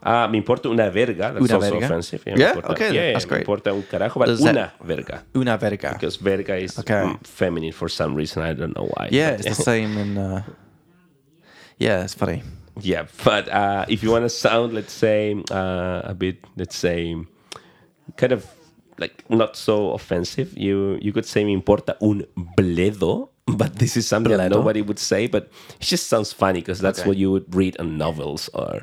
Speaker 2: Ah, me importa una verga. That's
Speaker 1: Una
Speaker 2: also
Speaker 1: verga?
Speaker 2: offensive. me
Speaker 1: Yeah?
Speaker 2: importa-
Speaker 1: Okay,
Speaker 2: yeah,
Speaker 1: that's
Speaker 2: yeah,
Speaker 1: great.
Speaker 2: Me importa un carajo, but
Speaker 1: Does that-
Speaker 2: una verga.
Speaker 1: Una verga.
Speaker 2: Because verga is
Speaker 1: Okay.
Speaker 2: mm, feminine for some reason. I don't know why.
Speaker 1: Yeah,
Speaker 2: but-
Speaker 1: it's the same in. Uh, yeah, it's funny.
Speaker 2: Yeah, but uh, if you want to sound, let's say, uh, a bit, let's say, kind of like not so offensive, you you could say me importa un bledo, but this is something that
Speaker 1: Bledo.
Speaker 2: nobody would say, but it just sounds funny because that's
Speaker 1: Okay.
Speaker 2: what you would read on novels or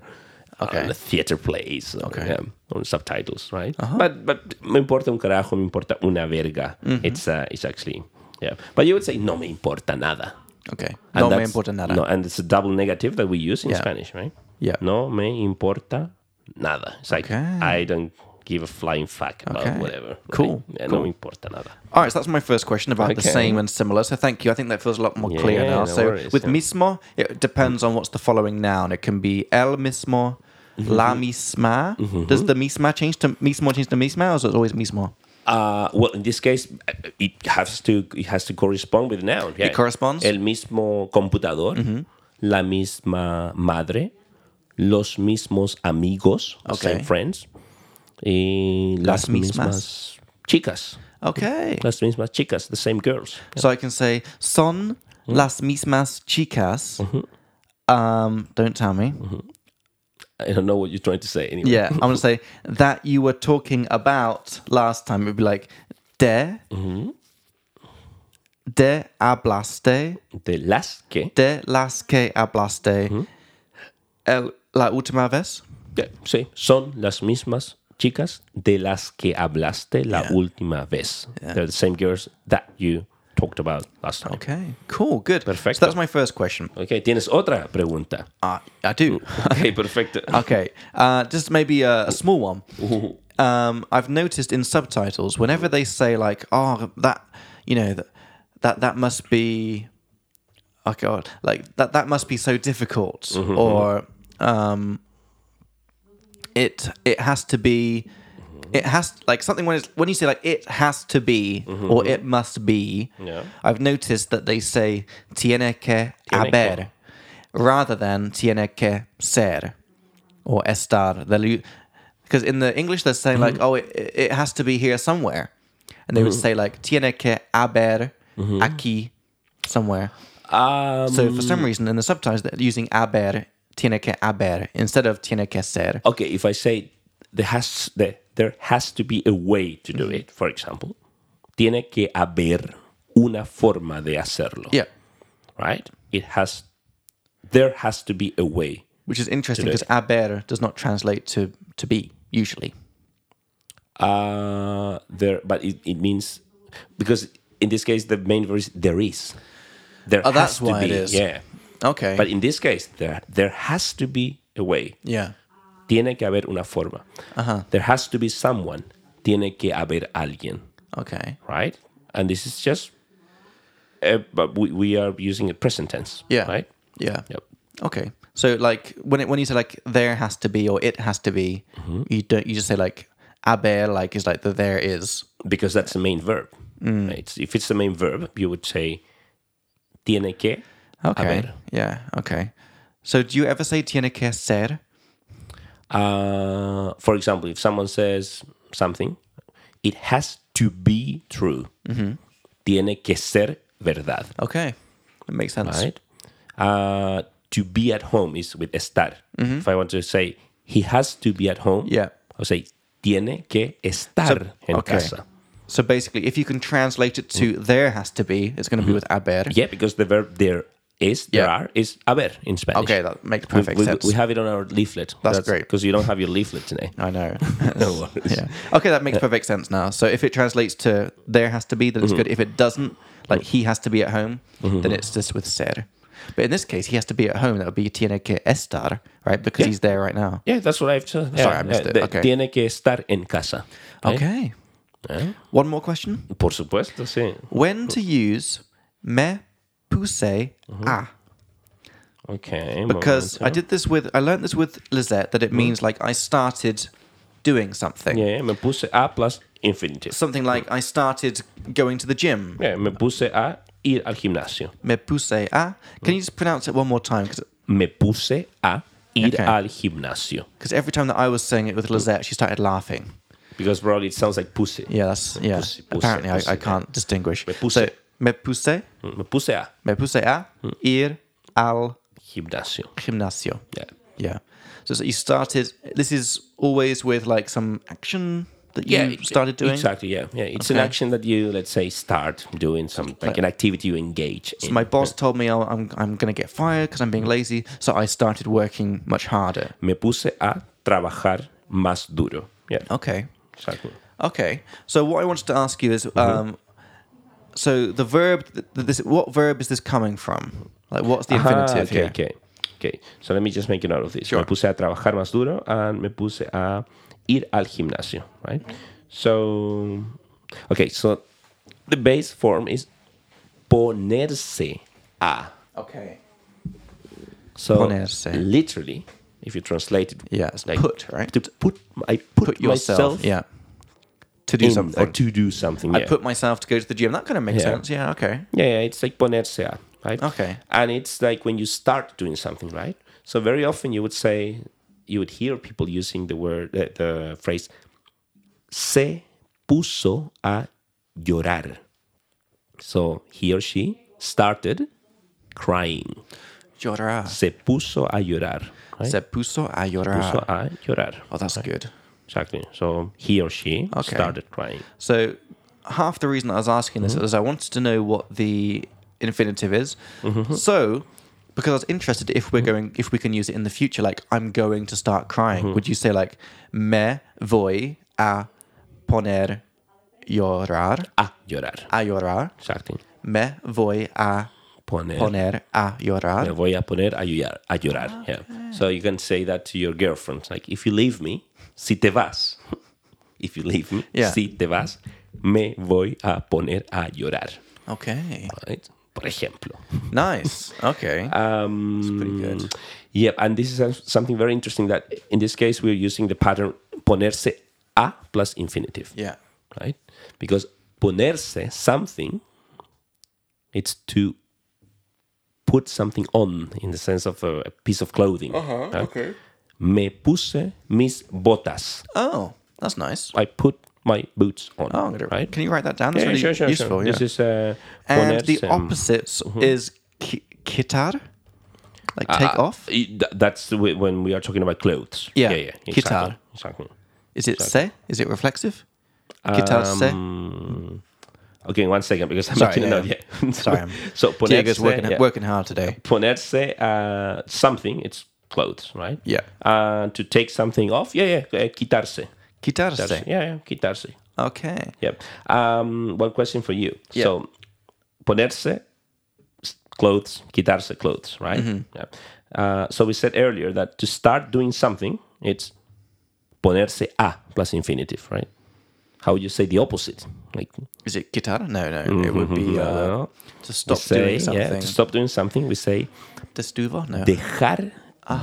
Speaker 1: Okay.
Speaker 2: on theater plays or,
Speaker 1: Okay. Uh-huh.
Speaker 2: yeah, on subtitles, right? But but me importa un carajo, me importa una verga.
Speaker 1: Mm-hmm.
Speaker 2: It's uh, it's actually yeah, but you would say no me importa nada.
Speaker 1: Okay.
Speaker 2: And
Speaker 1: No me
Speaker 2: that's-
Speaker 1: importa nada.
Speaker 2: No, and it's a double negative that we use in
Speaker 1: Yeah.
Speaker 2: Spanish, right?
Speaker 1: Yeah.
Speaker 2: No me importa nada. It's like
Speaker 1: Okay.
Speaker 2: I don't give a flying fuck about
Speaker 1: Okay.
Speaker 2: whatever.
Speaker 1: Cool,
Speaker 2: Right? Yeah, No
Speaker 1: cool.
Speaker 2: me importa nada.
Speaker 1: All right, so that's my first question about the
Speaker 2: Okay.
Speaker 1: same and similar. So thank you. I think that feels a lot more clear
Speaker 2: Yeah,
Speaker 1: now.
Speaker 2: no
Speaker 1: so
Speaker 2: worries,
Speaker 1: with
Speaker 2: yeah.
Speaker 1: mismo, it depends on what's the following noun. It can be el mismo,
Speaker 2: Mm-hmm.
Speaker 1: la misma. Does the misma change to mismo change to misma, or is it always mismo?
Speaker 2: Uh, well, in this case, uh, it has to it has to correspond with the noun. yeah.
Speaker 1: corresponds? Mm-hmm.
Speaker 2: El mismo computador, la misma madre, los mismos amigos, the
Speaker 1: Okay.
Speaker 2: same friends, y
Speaker 1: Las
Speaker 2: las,
Speaker 1: mismas.
Speaker 2: mismas chicas,
Speaker 1: Okay.
Speaker 2: las mismas chicas, the same girls.
Speaker 1: So I can say son las mismas chicas. Um, don't tell me.
Speaker 2: I don't know what you're trying to say anyway.
Speaker 1: Yeah, I'm gonna say that you were talking about last time. It'd be like de de hablaste
Speaker 2: The last que.
Speaker 1: de las que hablaste el, la última vez.
Speaker 2: Yeah, sí, son las mismas chicas de las que hablaste la última vez. They're the same girls that you talked about last time.
Speaker 1: Okay, cool, good.
Speaker 2: Perfecto.
Speaker 1: So that's my first question.
Speaker 2: Okay, tienes otra pregunta.
Speaker 1: Uh, I do.
Speaker 2: Okay, perfecto.
Speaker 1: Okay, uh, just maybe a, a small one. Um, I've noticed in subtitles whenever they say like, "Oh, that," you know, that that, that must be, oh god, like that that must be so difficult, or um, it it has to be, it has like something when it's when you say like it has to be or it must be.
Speaker 2: Yeah.
Speaker 1: I've noticed that they say tiene que
Speaker 2: Tiene que.
Speaker 1: haber rather than tiene que ser or estar. Because in the English, they're saying
Speaker 2: Mm-hmm.
Speaker 1: like, oh, it, it has to be here somewhere. And they would say like, tiene que haber
Speaker 2: Mm-hmm.
Speaker 1: aquí somewhere.
Speaker 2: Um,
Speaker 1: So for some reason, in the subtitles, they're using haber, tiene que haber instead of tiene que ser.
Speaker 2: okay, if I say there has there, there has to be a way to
Speaker 1: Mm-hmm.
Speaker 2: do it, for example, tiene que haber una forma de hacerlo.
Speaker 1: Yeah,
Speaker 2: Right? It has there has to be a way.
Speaker 1: which is interesting because haber does not translate to to be usually.
Speaker 2: Uh there but it, it means because in this case the main verse there is. There
Speaker 1: Oh,
Speaker 2: has
Speaker 1: that's
Speaker 2: to
Speaker 1: why
Speaker 2: be.
Speaker 1: it is.
Speaker 2: Yeah.
Speaker 1: Okay.
Speaker 2: But in this case there there has to be a way.
Speaker 1: yeah.
Speaker 2: Tiene que haber una forma.
Speaker 1: Uh-huh.
Speaker 2: There has to be someone. Tiene que haber alguien.
Speaker 1: Okay.
Speaker 2: right? And this is just, uh, but we, we are using a present tense,
Speaker 1: Yeah.
Speaker 2: right?
Speaker 1: Yeah.
Speaker 2: Yep.
Speaker 1: Okay. So like when it, when you say like there has to be or it has to be,
Speaker 2: Mm-hmm.
Speaker 1: you don't you just say like haber like is like the there is.
Speaker 2: Because that's the main verb.
Speaker 1: Mm.
Speaker 2: right? It's, if it's the main verb, you would say tiene que.
Speaker 1: Okay.
Speaker 2: Haber.
Speaker 1: Yeah. Okay. So do you ever say tiene que ser?
Speaker 2: Uh, for example, if someone says something, it has to be true.
Speaker 1: Mm-hmm.
Speaker 2: Tiene que ser verdad,
Speaker 1: Okay. That makes sense.
Speaker 2: right? Uh, to be at home is with estar. If I want to say he has to be at home,
Speaker 1: Mm-hmm. Yeah.
Speaker 2: I'll say tiene que estar en
Speaker 1: okay.
Speaker 2: casa. Mm-hmm.
Speaker 1: So basically, if you can translate it to there has to be, it's going to be with haber.
Speaker 2: Yeah, because the verb there is, there
Speaker 1: Yeah.
Speaker 2: are, is haber in Spanish.
Speaker 1: Okay, that makes
Speaker 2: We-
Speaker 1: perfect
Speaker 2: we,
Speaker 1: sense.
Speaker 2: We have it on our leaflet.
Speaker 1: That's great.
Speaker 2: Because you don't have your leaflet today.
Speaker 1: I know.
Speaker 2: No worries.
Speaker 1: yeah. Okay, that makes perfect sense now. So if it translates to there has to be, then it's good. If it doesn't, like he has to be at home, then it's just with ser. But in this case, he has to be at home. That would be tiene que estar, right? Because he's there right now.
Speaker 2: Yeah, that's what I've said. Yeah,
Speaker 1: Sorry, I missed
Speaker 2: yeah,
Speaker 1: it.
Speaker 2: the-
Speaker 1: Okay.
Speaker 2: Tiene que estar en casa. right?
Speaker 1: Okay.
Speaker 2: Yeah.
Speaker 1: One more question.
Speaker 2: Por supuesto, sí.
Speaker 1: When to use me puse a?
Speaker 2: Okay.
Speaker 1: Because I
Speaker 2: momento.
Speaker 1: did this with, I learned this with Lisette that it means like I started doing something.
Speaker 2: Yeah, me puse a plus infinitive.
Speaker 1: Something like I started going to the gym.
Speaker 2: Yeah, me puse a ir al gimnasio.
Speaker 1: Me puse a. Can you just pronounce it one more time? 'Cause
Speaker 2: Me puse a ir
Speaker 1: Okay.
Speaker 2: al gimnasio.
Speaker 1: Because every time that I was saying it with Lizette, she started laughing.
Speaker 2: Because probably it sounds like puse.
Speaker 1: Yeah, that's yeah.
Speaker 2: Pussy, pussy,
Speaker 1: Apparently,
Speaker 2: pussy.
Speaker 1: I, I can't distinguish. Me
Speaker 2: puse.
Speaker 1: So, me puse,
Speaker 2: Me puse a
Speaker 1: me puse a ir al
Speaker 2: gimnasio.
Speaker 1: gimnasio.
Speaker 2: Yeah.
Speaker 1: Yeah. So, so you started. This is always with like some action that you
Speaker 2: it-
Speaker 1: started doing.
Speaker 2: Exactly, yeah. Yeah, it's an
Speaker 1: Okay.
Speaker 2: action that you let's say start doing some like an activity you engage in.
Speaker 1: My boss told me oh, I'm I'm gonna get fired because I'm being lazy, so I started working much harder.
Speaker 2: Me puse a trabajar más duro. Yeah.
Speaker 1: Okay.
Speaker 2: Exactly.
Speaker 1: Okay. So what I wanted to ask you is,
Speaker 2: Mm-hmm.
Speaker 1: um, so the verb, th- this, what verb is this coming from? Like, what's the infinitive
Speaker 2: Ah,
Speaker 1: here?
Speaker 2: okay, okay. Okay. So let me just make a note of this. Me puse a trabajar más duro and me puse a ir al gimnasio, right? So okay, so the base form is ponerse a.
Speaker 1: Okay.
Speaker 2: So
Speaker 1: Ponerse.
Speaker 2: literally, if you translate it,
Speaker 1: Yeah, it's put, right?
Speaker 2: To put, I put,
Speaker 1: Put yourself,
Speaker 2: myself
Speaker 1: yeah, to do
Speaker 2: in
Speaker 1: something.
Speaker 2: or to do something. Yeah.
Speaker 1: I put myself to go to the gym. That kind of makes
Speaker 2: Yeah.
Speaker 1: sense. Yeah. Okay.
Speaker 2: yeah, yeah, it's like ponerse a, right?
Speaker 1: Okay.
Speaker 2: And it's like when you start doing something, right? So very often you would say, you would hear people using the word, the, the phrase, se puso a llorar. So he or she started crying.
Speaker 1: Llorar.
Speaker 2: Se puso a llorar. Right?
Speaker 1: Se puso a llorar.
Speaker 2: puso a llorar.
Speaker 1: Oh, that's good.
Speaker 2: Exactly. So he or she
Speaker 1: Okay.
Speaker 2: started crying.
Speaker 1: So half the reason I was asking
Speaker 2: Mm-hmm.
Speaker 1: this is I wanted to know what the infinitive is.
Speaker 2: Mm-hmm.
Speaker 1: So because I was interested if we're going if we can use it in the future, like I'm going to start crying.
Speaker 2: Mm-hmm.
Speaker 1: Would you say like me voy a poner llorar
Speaker 2: A llorar.
Speaker 1: a llorar?
Speaker 2: Exactly.
Speaker 1: Me voy a
Speaker 2: Poner.
Speaker 1: poner a llorar.
Speaker 2: Me voy a poner a llorar. A llorar. Yeah. So you can say that to your girlfriend. Like, if you leave me, si te vas. If you leave me,
Speaker 1: Yeah.
Speaker 2: si te vas, me voy a poner a llorar.
Speaker 1: Okay.
Speaker 2: Right? Por ejemplo.
Speaker 1: Nice. Okay.
Speaker 2: Um,
Speaker 1: pretty good.
Speaker 2: Yeah, and this is some- something very interesting that in this case we're using the pattern ponerse a plus infinitive,
Speaker 1: yeah.
Speaker 2: right? Because ponerse something, it's to put something on in the sense of a, a piece of clothing. right?
Speaker 1: okay.
Speaker 2: Me puse mis botas.
Speaker 1: Oh, that's nice.
Speaker 2: I put my boots on.
Speaker 1: Oh, I'm gonna-
Speaker 2: right?
Speaker 1: can you write that down? That's
Speaker 2: Yeah,
Speaker 1: really
Speaker 2: sure, sure,
Speaker 1: useful.
Speaker 2: sure.
Speaker 1: Yeah.
Speaker 2: This is uh,
Speaker 1: And the
Speaker 2: ponerse.
Speaker 1: opposites
Speaker 2: Mm-hmm.
Speaker 1: is ki- kitar, like take off.
Speaker 2: Uh, th- That's the way- when we are talking about clothes.
Speaker 1: Yeah.
Speaker 2: yeah, yeah exactly,
Speaker 1: Guitar.
Speaker 2: Exactly.
Speaker 1: Is it se? Is it reflexive? Kitar
Speaker 2: Um,
Speaker 1: se.
Speaker 2: Okay, one second because I'm
Speaker 1: Sorry,
Speaker 2: making
Speaker 1: yeah,
Speaker 2: a note.
Speaker 1: yeah.
Speaker 2: Yeah.
Speaker 1: Sorry, I'm-
Speaker 2: so
Speaker 1: Diego's
Speaker 2: ponerse,
Speaker 1: working
Speaker 2: yeah.
Speaker 1: working hard today.
Speaker 2: ponerse uh, something. It's clothes, right?
Speaker 1: Yeah.
Speaker 2: Uh, to take something off. Yeah, yeah. Uh, quitarse.
Speaker 1: Kitar
Speaker 2: Quitarse.
Speaker 1: se.
Speaker 2: Yeah, yeah. Quitarse.
Speaker 1: Okay.
Speaker 2: Yep. Um, one question for you.
Speaker 1: Yeah.
Speaker 2: So, ponerse s- clothes, quitarse clothes, right?
Speaker 1: Mm-hmm.
Speaker 2: Yep. Uh, so we said earlier that to start doing something, it's ponerse a plus infinitive, right? How would you say the opposite? Like
Speaker 1: Is it kitar? No, no.
Speaker 2: Mm-hmm,
Speaker 1: It would be uh,
Speaker 2: no.
Speaker 1: to stop
Speaker 2: say,
Speaker 1: doing
Speaker 2: yeah,
Speaker 1: something.
Speaker 2: to stop doing something, we say
Speaker 1: Destuvo? No.
Speaker 2: dejar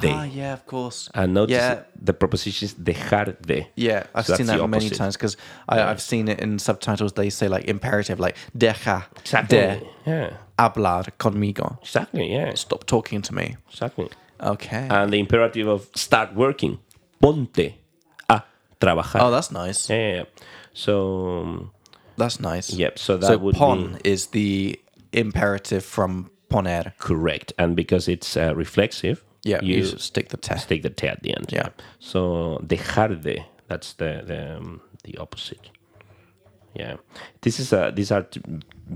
Speaker 2: de.
Speaker 1: Ah, yeah, of course.
Speaker 2: And notice
Speaker 1: yeah,
Speaker 2: the preposition is dejar de.
Speaker 1: Yeah, I've
Speaker 2: So
Speaker 1: seen
Speaker 2: that's
Speaker 1: that
Speaker 2: the
Speaker 1: many
Speaker 2: opposite.
Speaker 1: times because I've seen it in subtitles. They say like imperative, like deja
Speaker 2: Exactly.
Speaker 1: de
Speaker 2: Yeah.
Speaker 1: hablar conmigo.
Speaker 2: Exactly. Yeah.
Speaker 1: Stop talking to me.
Speaker 2: Exactly.
Speaker 1: Okay.
Speaker 2: and the imperative of start working. Ponte a trabajar.
Speaker 1: oh, that's nice.
Speaker 2: yeah, yeah, yeah. So um,
Speaker 1: That's nice.
Speaker 2: Yep, so
Speaker 1: so
Speaker 2: that would
Speaker 1: pon is the imperative from poner.
Speaker 2: correct, and because it's uh, reflexive,
Speaker 1: Yeah, you,
Speaker 2: you
Speaker 1: stick the te.
Speaker 2: take the te at the end.
Speaker 1: Yeah.
Speaker 2: So dejar de that's the the, um, the opposite. Yeah, this is uh these are t-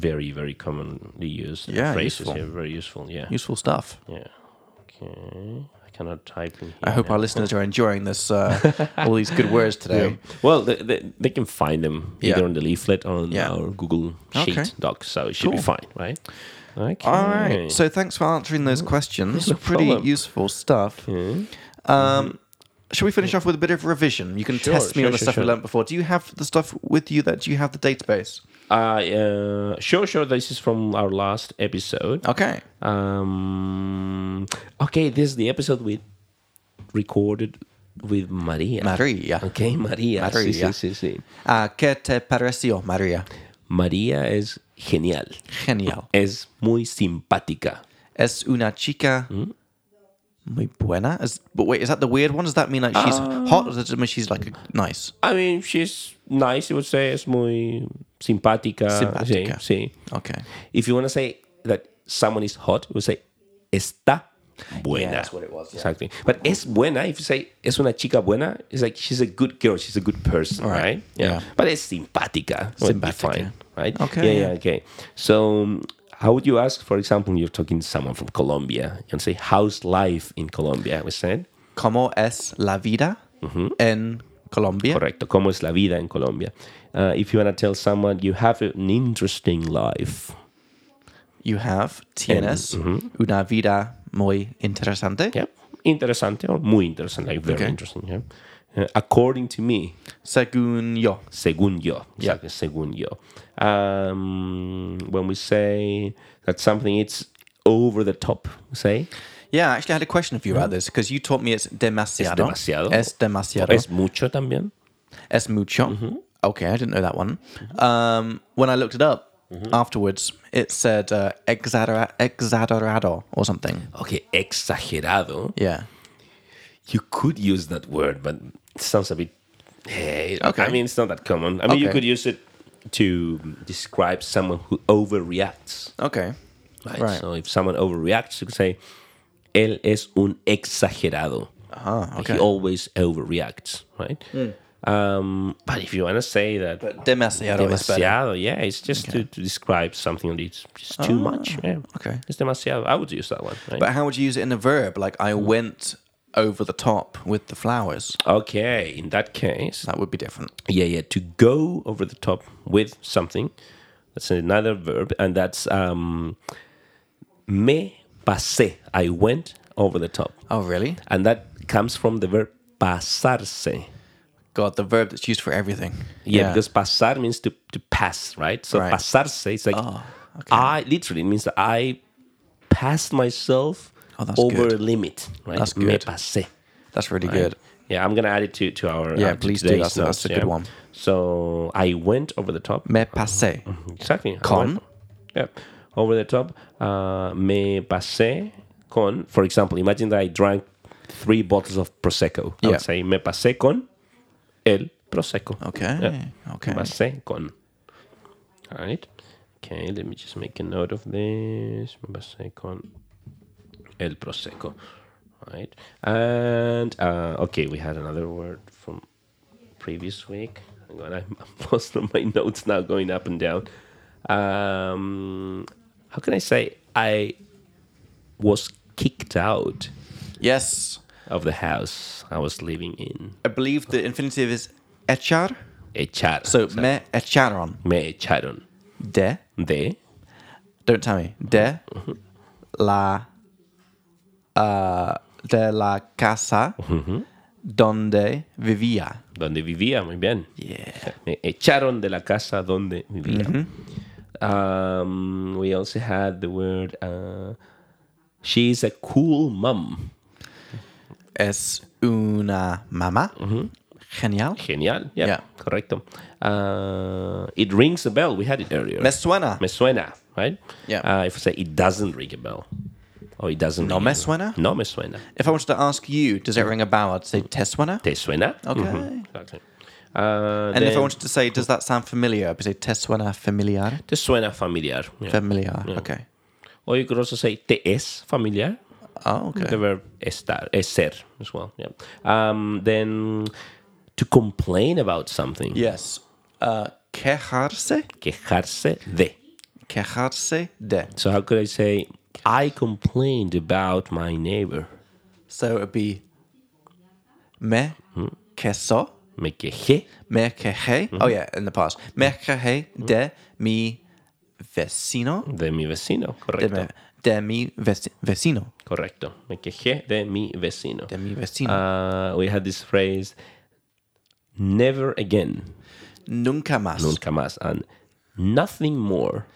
Speaker 2: very very commonly used
Speaker 1: Yeah,
Speaker 2: phrases.
Speaker 1: useful.
Speaker 2: Yeah, very useful. Yeah,
Speaker 1: Useful stuff.
Speaker 2: yeah. Okay, I cannot type in. Here
Speaker 1: I hope
Speaker 2: now.
Speaker 1: our listeners are enjoying this. Uh, all these good words today.
Speaker 2: Well, they, they, they can find them
Speaker 1: Yeah.
Speaker 2: either on the leaflet or on
Speaker 1: Yeah.
Speaker 2: our Google Sheet
Speaker 1: Okay.
Speaker 2: doc, so it should be
Speaker 1: Cool.
Speaker 2: fine, right? Okay.
Speaker 1: All right. So thanks for answering those questions. Pretty
Speaker 2: Mm-hmm. problem. Mm-hmm.
Speaker 1: useful stuff. Um, Shall we finish off with a bit of revision? You can
Speaker 2: Sure,
Speaker 1: test me
Speaker 2: sure,
Speaker 1: on the
Speaker 2: sure,
Speaker 1: stuff we
Speaker 2: sure.
Speaker 1: learnt before. Do you have the stuff with you that do you have the database?
Speaker 2: Uh, uh, sure, sure. This is from our last episode.
Speaker 1: Okay.
Speaker 2: Um, okay, this is the episode we recorded with Maria.
Speaker 1: Maria.
Speaker 2: Okay, Maria. Sí,
Speaker 1: Maria.
Speaker 2: sí, sí, sí.
Speaker 1: Ah, ¿Qué te pareció, María?
Speaker 2: Maria es genial.
Speaker 1: Genial.
Speaker 2: Es muy simpática.
Speaker 1: Es una chica muy buena. Is, but wait, is that the weird one? Does that mean like she's
Speaker 2: Ah.
Speaker 1: hot or does it mean she's like nice?
Speaker 2: I mean, she's nice, I would say. Es muy simpática.
Speaker 1: Simpática.
Speaker 2: Sí, sí.
Speaker 1: Okay.
Speaker 2: If you want to say that someone is hot, you say está buena.
Speaker 1: Yeah, that's what it was, yeah.
Speaker 2: Exactly. But es buena, if you say es una chica buena, it's like she's a good girl, she's a good person, right?
Speaker 1: yeah.
Speaker 2: But es simpática. would be
Speaker 1: Simpática.
Speaker 2: fine, right?
Speaker 1: Okay,
Speaker 2: Yeah,
Speaker 1: yeah.
Speaker 2: yeah, okay. So um, how would you ask, for example, you're talking to someone from Colombia and say, how's life in Colombia? We said,
Speaker 1: ¿Cómo es la vida
Speaker 2: Mm-hmm.
Speaker 1: en Colombia?
Speaker 2: correcto, ¿cómo es la vida en Colombia? Uh, if you want to tell someone you have an interesting life,
Speaker 1: You have tienes una vida muy interesante.
Speaker 2: mm-hmm. Yeah. Interesante or muy interesante, like very
Speaker 1: Okay.
Speaker 2: interesting. Yeah. Uh, according to me,
Speaker 1: Según yo.
Speaker 2: según yo. Exactly, según yo. Um, when we say that something it's over the top, we say
Speaker 1: Yeah, I actually had a question for you about this because you taught me it's demasiado.
Speaker 2: Mm-hmm. demasiado.
Speaker 1: Es demasiado.
Speaker 2: es Mm-hmm. mucho también.
Speaker 1: Es mucho. Okay, I didn't know that one.
Speaker 2: Mm-hmm.
Speaker 1: Um, when I looked it up afterwards, it said uh, exagera- exagerado or something.
Speaker 2: Okay, exagerado.
Speaker 1: Yeah.
Speaker 2: You could use that word, but it sounds a bit. Hey,
Speaker 1: Okay.
Speaker 2: I mean, it's not that common. I mean, you
Speaker 1: Okay.
Speaker 2: could use it to describe someone who overreacts.
Speaker 1: Okay.
Speaker 2: Right.
Speaker 1: Right.
Speaker 2: So if someone overreacts, you could say él es un exagerado.
Speaker 1: Ah, okay. Hmm.
Speaker 2: He always overreacts, right? Um, but if you want to say that
Speaker 1: But demasiado, is better.
Speaker 2: demasiado, yeah, it's just to, to describe something that it's just too much. Yeah.
Speaker 1: Ah, okay.
Speaker 2: It's demasiado. I would use that one, right?
Speaker 1: But how would you use it in a verb? Like, I went over the top with the flowers.
Speaker 2: okay, in that case,
Speaker 1: That would be different.
Speaker 2: yeah, yeah, to go over the top with something, that's another verb, and that's um, me pasé. I went over the top.
Speaker 1: Oh, really?
Speaker 2: And that comes from the verb pasarse.
Speaker 1: God, the verb that's used for everything.
Speaker 2: Yeah, because pasar means to, to pass, right? So
Speaker 1: Right. Oh,
Speaker 2: pasarse, it's like I literally means that I passed myself
Speaker 1: Oh, that's
Speaker 2: over
Speaker 1: good.
Speaker 2: a limit, right?
Speaker 1: That's
Speaker 2: Me
Speaker 1: good.
Speaker 2: pasé.
Speaker 1: that's really good.
Speaker 2: Yeah, I'm gonna add it to, to our
Speaker 1: Yeah,
Speaker 2: uh, to
Speaker 1: please do. That's-
Speaker 2: today's
Speaker 1: that's
Speaker 2: notes,
Speaker 1: a good
Speaker 2: yeah.
Speaker 1: one.
Speaker 2: So I went over the top.
Speaker 1: Me passé.
Speaker 2: Mm-hmm. Exactly. I
Speaker 1: Con.
Speaker 2: went- Yeah, over the top. Uh, me pasé con. For example, imagine that I drank three bottles of prosecco. I
Speaker 1: Yeah.
Speaker 2: would say me pasé con el prosecco.
Speaker 1: Okay.
Speaker 2: Yeah.
Speaker 1: Okay.
Speaker 2: Pasé con. All right. Okay, let me just make a note of this. Me pasé con el prosecco. All right. And uh, okay, we had another word from previous week. Hang on, I'm I'm lost on my notes now, going up and down. Um, how can I say I was kicked out
Speaker 1: Yes.
Speaker 2: of the house I was living in?
Speaker 1: I believe the infinitive is echar.
Speaker 2: Echar.
Speaker 1: So, me echaron.
Speaker 2: me echaron
Speaker 1: De.
Speaker 2: de
Speaker 1: Don't tell me. De.
Speaker 2: Mm-hmm.
Speaker 1: La. Uh, de la casa.
Speaker 2: Mm-hmm.
Speaker 1: Donde vivía.
Speaker 2: donde vivía, muy bien.
Speaker 1: Yeah.
Speaker 2: Me echaron de la casa donde vivía. Um, we also had the word uh, she's a cool mom.
Speaker 1: Es una mamá.
Speaker 2: Mm-hmm.
Speaker 1: Genial.
Speaker 2: Genial. Yeah,
Speaker 1: Yeah.
Speaker 2: correcto. Uh, it rings a bell. We had it earlier.
Speaker 1: Me suena.
Speaker 2: Me suena, right?
Speaker 1: Yeah.
Speaker 2: Uh, if I say it doesn't ring a bell. Oh, it doesn't.
Speaker 1: No
Speaker 2: ring
Speaker 1: me
Speaker 2: a bell.
Speaker 1: suena?
Speaker 2: No me suena.
Speaker 1: If I wanted to ask you, does it ring a bell? I'd say te suena.
Speaker 2: Te suena?
Speaker 1: Okay.
Speaker 2: Mhm, Exactly. Uh,
Speaker 1: And if I
Speaker 2: then
Speaker 1: wanted to say, does that sound familiar? I'd say te suena familiar.
Speaker 2: te suena familiar. yeah.
Speaker 1: Familiar.
Speaker 2: Mm.
Speaker 1: Okay.
Speaker 2: Or you could also say te es familiar.
Speaker 1: Oh,
Speaker 2: The
Speaker 1: okay.
Speaker 2: verb estar, es ser as well. Yeah. Um, then to complain about something.
Speaker 1: Yes. Uh, quejarse.
Speaker 2: Quejarse de.
Speaker 1: Quejarse de.
Speaker 2: So how could I say I complained about my neighbor?
Speaker 1: So it'd be me
Speaker 2: Mm-hmm.
Speaker 1: queso,
Speaker 2: Me quejé
Speaker 1: me quejé.
Speaker 2: Mm-hmm.
Speaker 1: Oh yeah, in the past. Me quejé de mi vecino.
Speaker 2: de mi vecino.
Speaker 1: De
Speaker 2: Correcto.
Speaker 1: mi, de mi veci- vecino.
Speaker 2: Correcto. Me quejé de mi vecino.
Speaker 1: De mi vecino.
Speaker 2: Uh, we had this phrase never again,
Speaker 1: Nunca más.
Speaker 2: nunca más, and nothing more,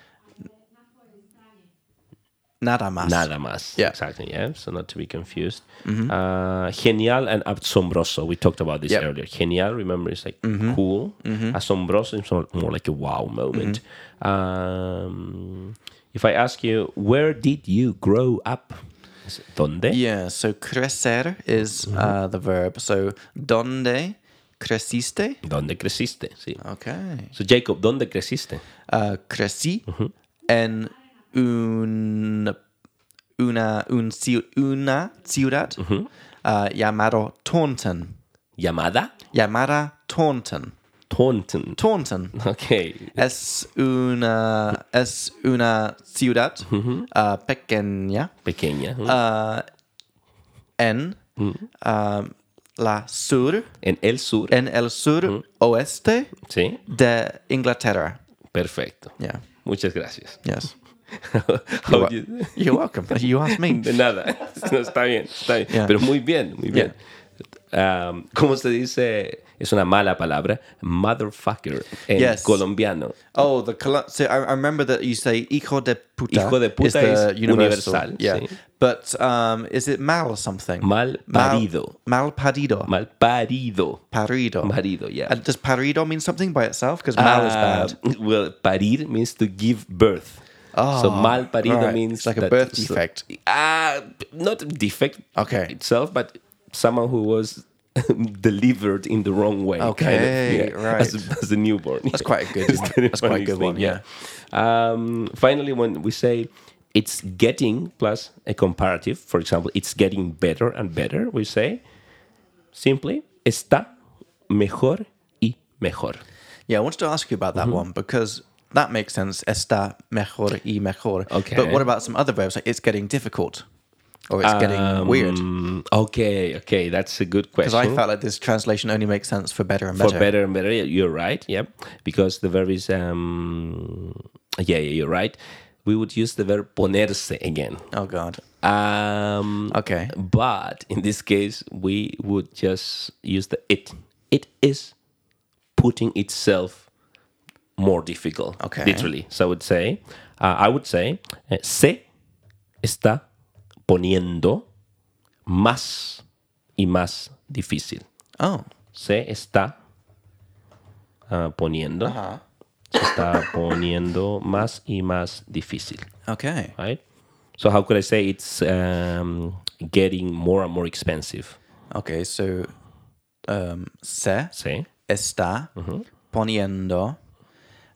Speaker 1: Nada más.
Speaker 2: nada más.
Speaker 1: Yeah.
Speaker 2: Exactly. Yeah. So not to be confused. Uh, genial and asombroso. We talked about this
Speaker 1: Yep. Mm-hmm.
Speaker 2: earlier. Genial, remember, is like cool. Asombroso is more, more like a wow moment.
Speaker 1: Mm-hmm.
Speaker 2: Um, if I ask you, where did you grow up? Is it Donde?
Speaker 1: Yeah, so crecer is uh, the verb. So donde creciste?
Speaker 2: Donde creciste? Sí.
Speaker 1: Okay.
Speaker 2: So Jacob, donde creciste?
Speaker 1: Uh, crecí en un una un ci- una ciudad uh, llamado Taunton.
Speaker 2: Llamada
Speaker 1: Llamada Taunton.
Speaker 2: Taunton.
Speaker 1: Taunton.
Speaker 2: Okay.
Speaker 1: Es una es una ciudad uh, pequeña
Speaker 2: Pequeña.
Speaker 1: uh, en um, la sur
Speaker 2: en el sur.
Speaker 1: en el sur oeste
Speaker 2: sí.
Speaker 1: de Inglaterra.
Speaker 2: Perfecto.
Speaker 1: Yeah.
Speaker 2: Muchas gracias.
Speaker 1: Yes. You're,
Speaker 2: How do Oh, you-
Speaker 1: you're welcome. You asked me.
Speaker 2: De nada. No, está bien, está bien.
Speaker 1: Yeah.
Speaker 2: Pero muy bien, muy bien. Um, ¿Cómo se dice? Es una mala palabra. Motherfucker en
Speaker 1: Yes.
Speaker 2: colombiano.
Speaker 1: Oh, the Col- so I, I remember that you say hijo de puta.
Speaker 2: Hijo de puta
Speaker 1: the
Speaker 2: is universal,
Speaker 1: Yeah.
Speaker 2: sí.
Speaker 1: But um, is it mal something?
Speaker 2: Mal parido.
Speaker 1: Mal, mal parido.
Speaker 2: Mal parido.
Speaker 1: parido.
Speaker 2: Marido, yeah.
Speaker 1: And does parido mean something by itself? Because mal is bad.
Speaker 2: Uh, Well, parir means to give birth. so
Speaker 1: Ah,
Speaker 2: mal parido
Speaker 1: right.
Speaker 2: means
Speaker 1: It's like a
Speaker 2: that-
Speaker 1: birth
Speaker 2: so-
Speaker 1: defect.
Speaker 2: Ah, not a defect
Speaker 1: Okay.
Speaker 2: itself, but someone who was delivered in the wrong way. kind of,
Speaker 1: Okay, right.
Speaker 2: As, a- as a newborn.
Speaker 1: That's quite a good.
Speaker 2: It's very
Speaker 1: that's quite
Speaker 2: funny
Speaker 1: a good
Speaker 2: thing,
Speaker 1: one. Yeah.
Speaker 2: Um, finally, when we say it's getting plus a comparative. For example, it's getting better and better. We say simply está mejor y mejor.
Speaker 1: Yeah, I wanted to ask you about that
Speaker 2: Mm-hmm.
Speaker 1: one because that makes sense. Está mejor y mejor.
Speaker 2: Okay.
Speaker 1: But what about some other verbs like it's getting difficult or it's getting weird?
Speaker 2: Mm, okay, okay, that's a good question.
Speaker 1: Because I felt like this translation only makes sense for better and
Speaker 2: for
Speaker 1: better.
Speaker 2: better and better. yeah, You're right. Yep. Because the verb is um yeah, yeah, you're right. We would use the verb ponerse again.
Speaker 1: Oh god.
Speaker 2: Um
Speaker 1: Okay.
Speaker 2: but in this case we would just use the it. It is putting itself more difficult.
Speaker 1: Okay.
Speaker 2: Literally. So I would say uh, I would say eh, se está poniendo más y más difícil
Speaker 1: Oh.
Speaker 2: se está ah, poniendo. Se está poniendo más y más difícil,
Speaker 1: Okay.
Speaker 2: right? So how could I say it's um, getting more and more expensive?
Speaker 1: Okay, so um se
Speaker 2: Sí.
Speaker 1: está
Speaker 2: Mm-hmm.
Speaker 1: poniendo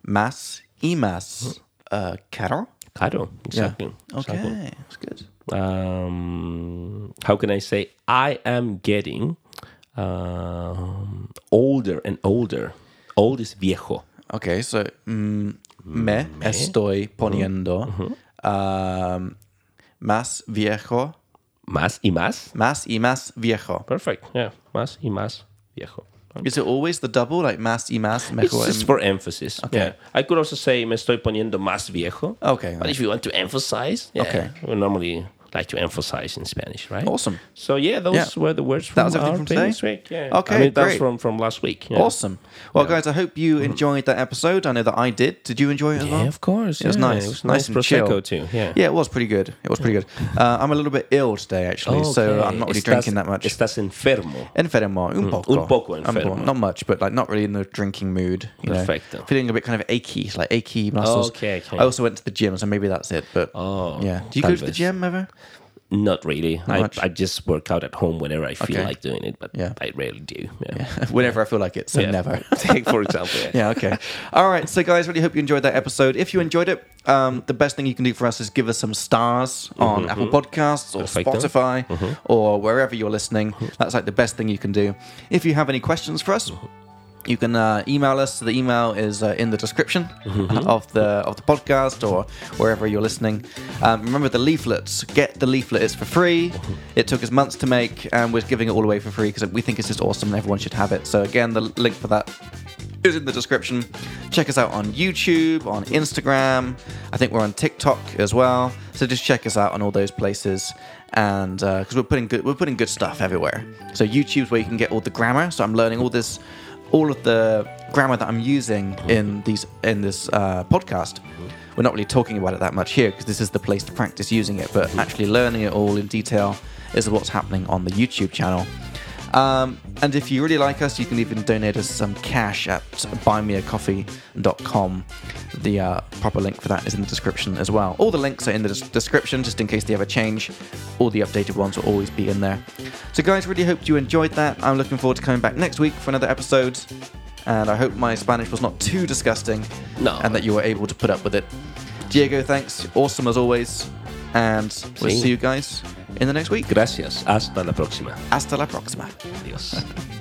Speaker 1: más y más uh caro.
Speaker 2: Claro, Mm-hmm. exactly.
Speaker 1: Okay.
Speaker 2: exactly.
Speaker 1: That's good.
Speaker 2: Um, how can I say I am getting um, older and older? Old is viejo.
Speaker 1: Okay, so mm, me, estoy
Speaker 2: Mm.
Speaker 1: poniendo
Speaker 2: Mm-hmm.
Speaker 1: um, más viejo,
Speaker 2: Más y más.
Speaker 1: más y más viejo.
Speaker 2: Perfect. Yeah. Más y más viejo.
Speaker 1: Is it always the double, like más y más
Speaker 2: It's
Speaker 1: mejor?
Speaker 2: just
Speaker 1: and-
Speaker 2: for emphasis. Yeah. I could also say me estoy poniendo más viejo.
Speaker 1: Okay,
Speaker 2: But
Speaker 1: nice.
Speaker 2: if you want to emphasize, yeah,
Speaker 1: Okay.
Speaker 2: we normally like to emphasize in Spanish, right?
Speaker 1: Awesome.
Speaker 2: So yeah, those
Speaker 1: Yeah.
Speaker 2: were the words from
Speaker 1: That was everything
Speaker 2: our
Speaker 1: from today?
Speaker 2: previous week. Yeah.
Speaker 1: Okay,
Speaker 2: I mean, that's
Speaker 1: great.
Speaker 2: from from last week. Yeah. Mm-hmm.
Speaker 1: Awesome. Well, guys, I hope you enjoyed that episode. I know that I did. Did you enjoy it as well?
Speaker 2: Yeah, of course.
Speaker 1: It was
Speaker 2: yeah.
Speaker 1: nice.
Speaker 2: It was
Speaker 1: nice,
Speaker 2: nice,
Speaker 1: and
Speaker 2: prosecco
Speaker 1: chill.
Speaker 2: too. Yeah.
Speaker 1: it was pretty good. It was pretty good. Uh, I'm a little bit ill today, actually, so
Speaker 2: Oh, Okay.
Speaker 1: I'm not really
Speaker 2: Estás-
Speaker 1: drinking that much.
Speaker 2: Estás enfermo.
Speaker 1: Enfermo, un poco.
Speaker 2: Mm, un poco
Speaker 1: Um,
Speaker 2: enfermo.
Speaker 1: not much, but like not really in the drinking mood. You know.
Speaker 2: Perfecto. Oh,
Speaker 1: Feeling a bit kind of achy, like achy muscles.
Speaker 2: Okay, okay.
Speaker 1: I also went to the gym, so maybe that's it. But
Speaker 2: Oh,
Speaker 1: yeah. Do you go
Speaker 2: tal
Speaker 1: to the
Speaker 2: vez.
Speaker 1: gym ever?
Speaker 2: Not really. I,
Speaker 1: much.
Speaker 2: I just work out at home whenever I feel
Speaker 1: Okay.
Speaker 2: like doing it, but
Speaker 1: Yeah.
Speaker 2: I rarely do. Yeah.
Speaker 1: Whenever I feel like it, so
Speaker 2: Yeah.
Speaker 1: never.
Speaker 2: Take for example. yeah.
Speaker 1: yeah, okay. All right, so guys, really hope you enjoyed that episode. If you enjoyed it, um, the best thing you can do for us is give us some stars on Apple Podcasts or
Speaker 2: Perfecto.
Speaker 1: Spotify or wherever you're listening. That's like the best thing you can do. If you have any questions for us, you can uh, email us. The email is uh, in the description uh, of the of the podcast or wherever you're listening. Um, remember the leaflets. Get the leaflet. It's for free. It took us months to make, and we're giving it all away for free because we think it's just awesome and everyone should have it. So again, the link for that is in the description. Check us out on YouTube, on Instagram. I think we're on TikTok as well. So just check us out on all those places, and because we're putting good, we're putting good stuff everywhere. So YouTube's where you can get all the grammar. So I'm learning all this, all of the grammar that I'm using in these in this uh, podcast. We're not really talking about it that much here because this is the place to practice using it, but actually learning it all in detail is what's happening on the YouTube channel. Um, and if you really like us, you can even donate us some cash at buymeacoffee.com. The uh, proper link for that is in the description as well. All the links are in the des- description, just in case they ever change. All the updated ones will always be in there. So, guys, really hope you enjoyed that. I'm looking forward to coming back next week for another episode. And I hope my Spanish was not too disgusting
Speaker 2: No.
Speaker 1: and that you were able to put up with it. Diego, thanks. Awesome as always. And we'll
Speaker 2: Sí.
Speaker 1: see you guys in the next week.
Speaker 2: Gracias. Hasta la próxima.
Speaker 1: Hasta la próxima.
Speaker 2: Adiós.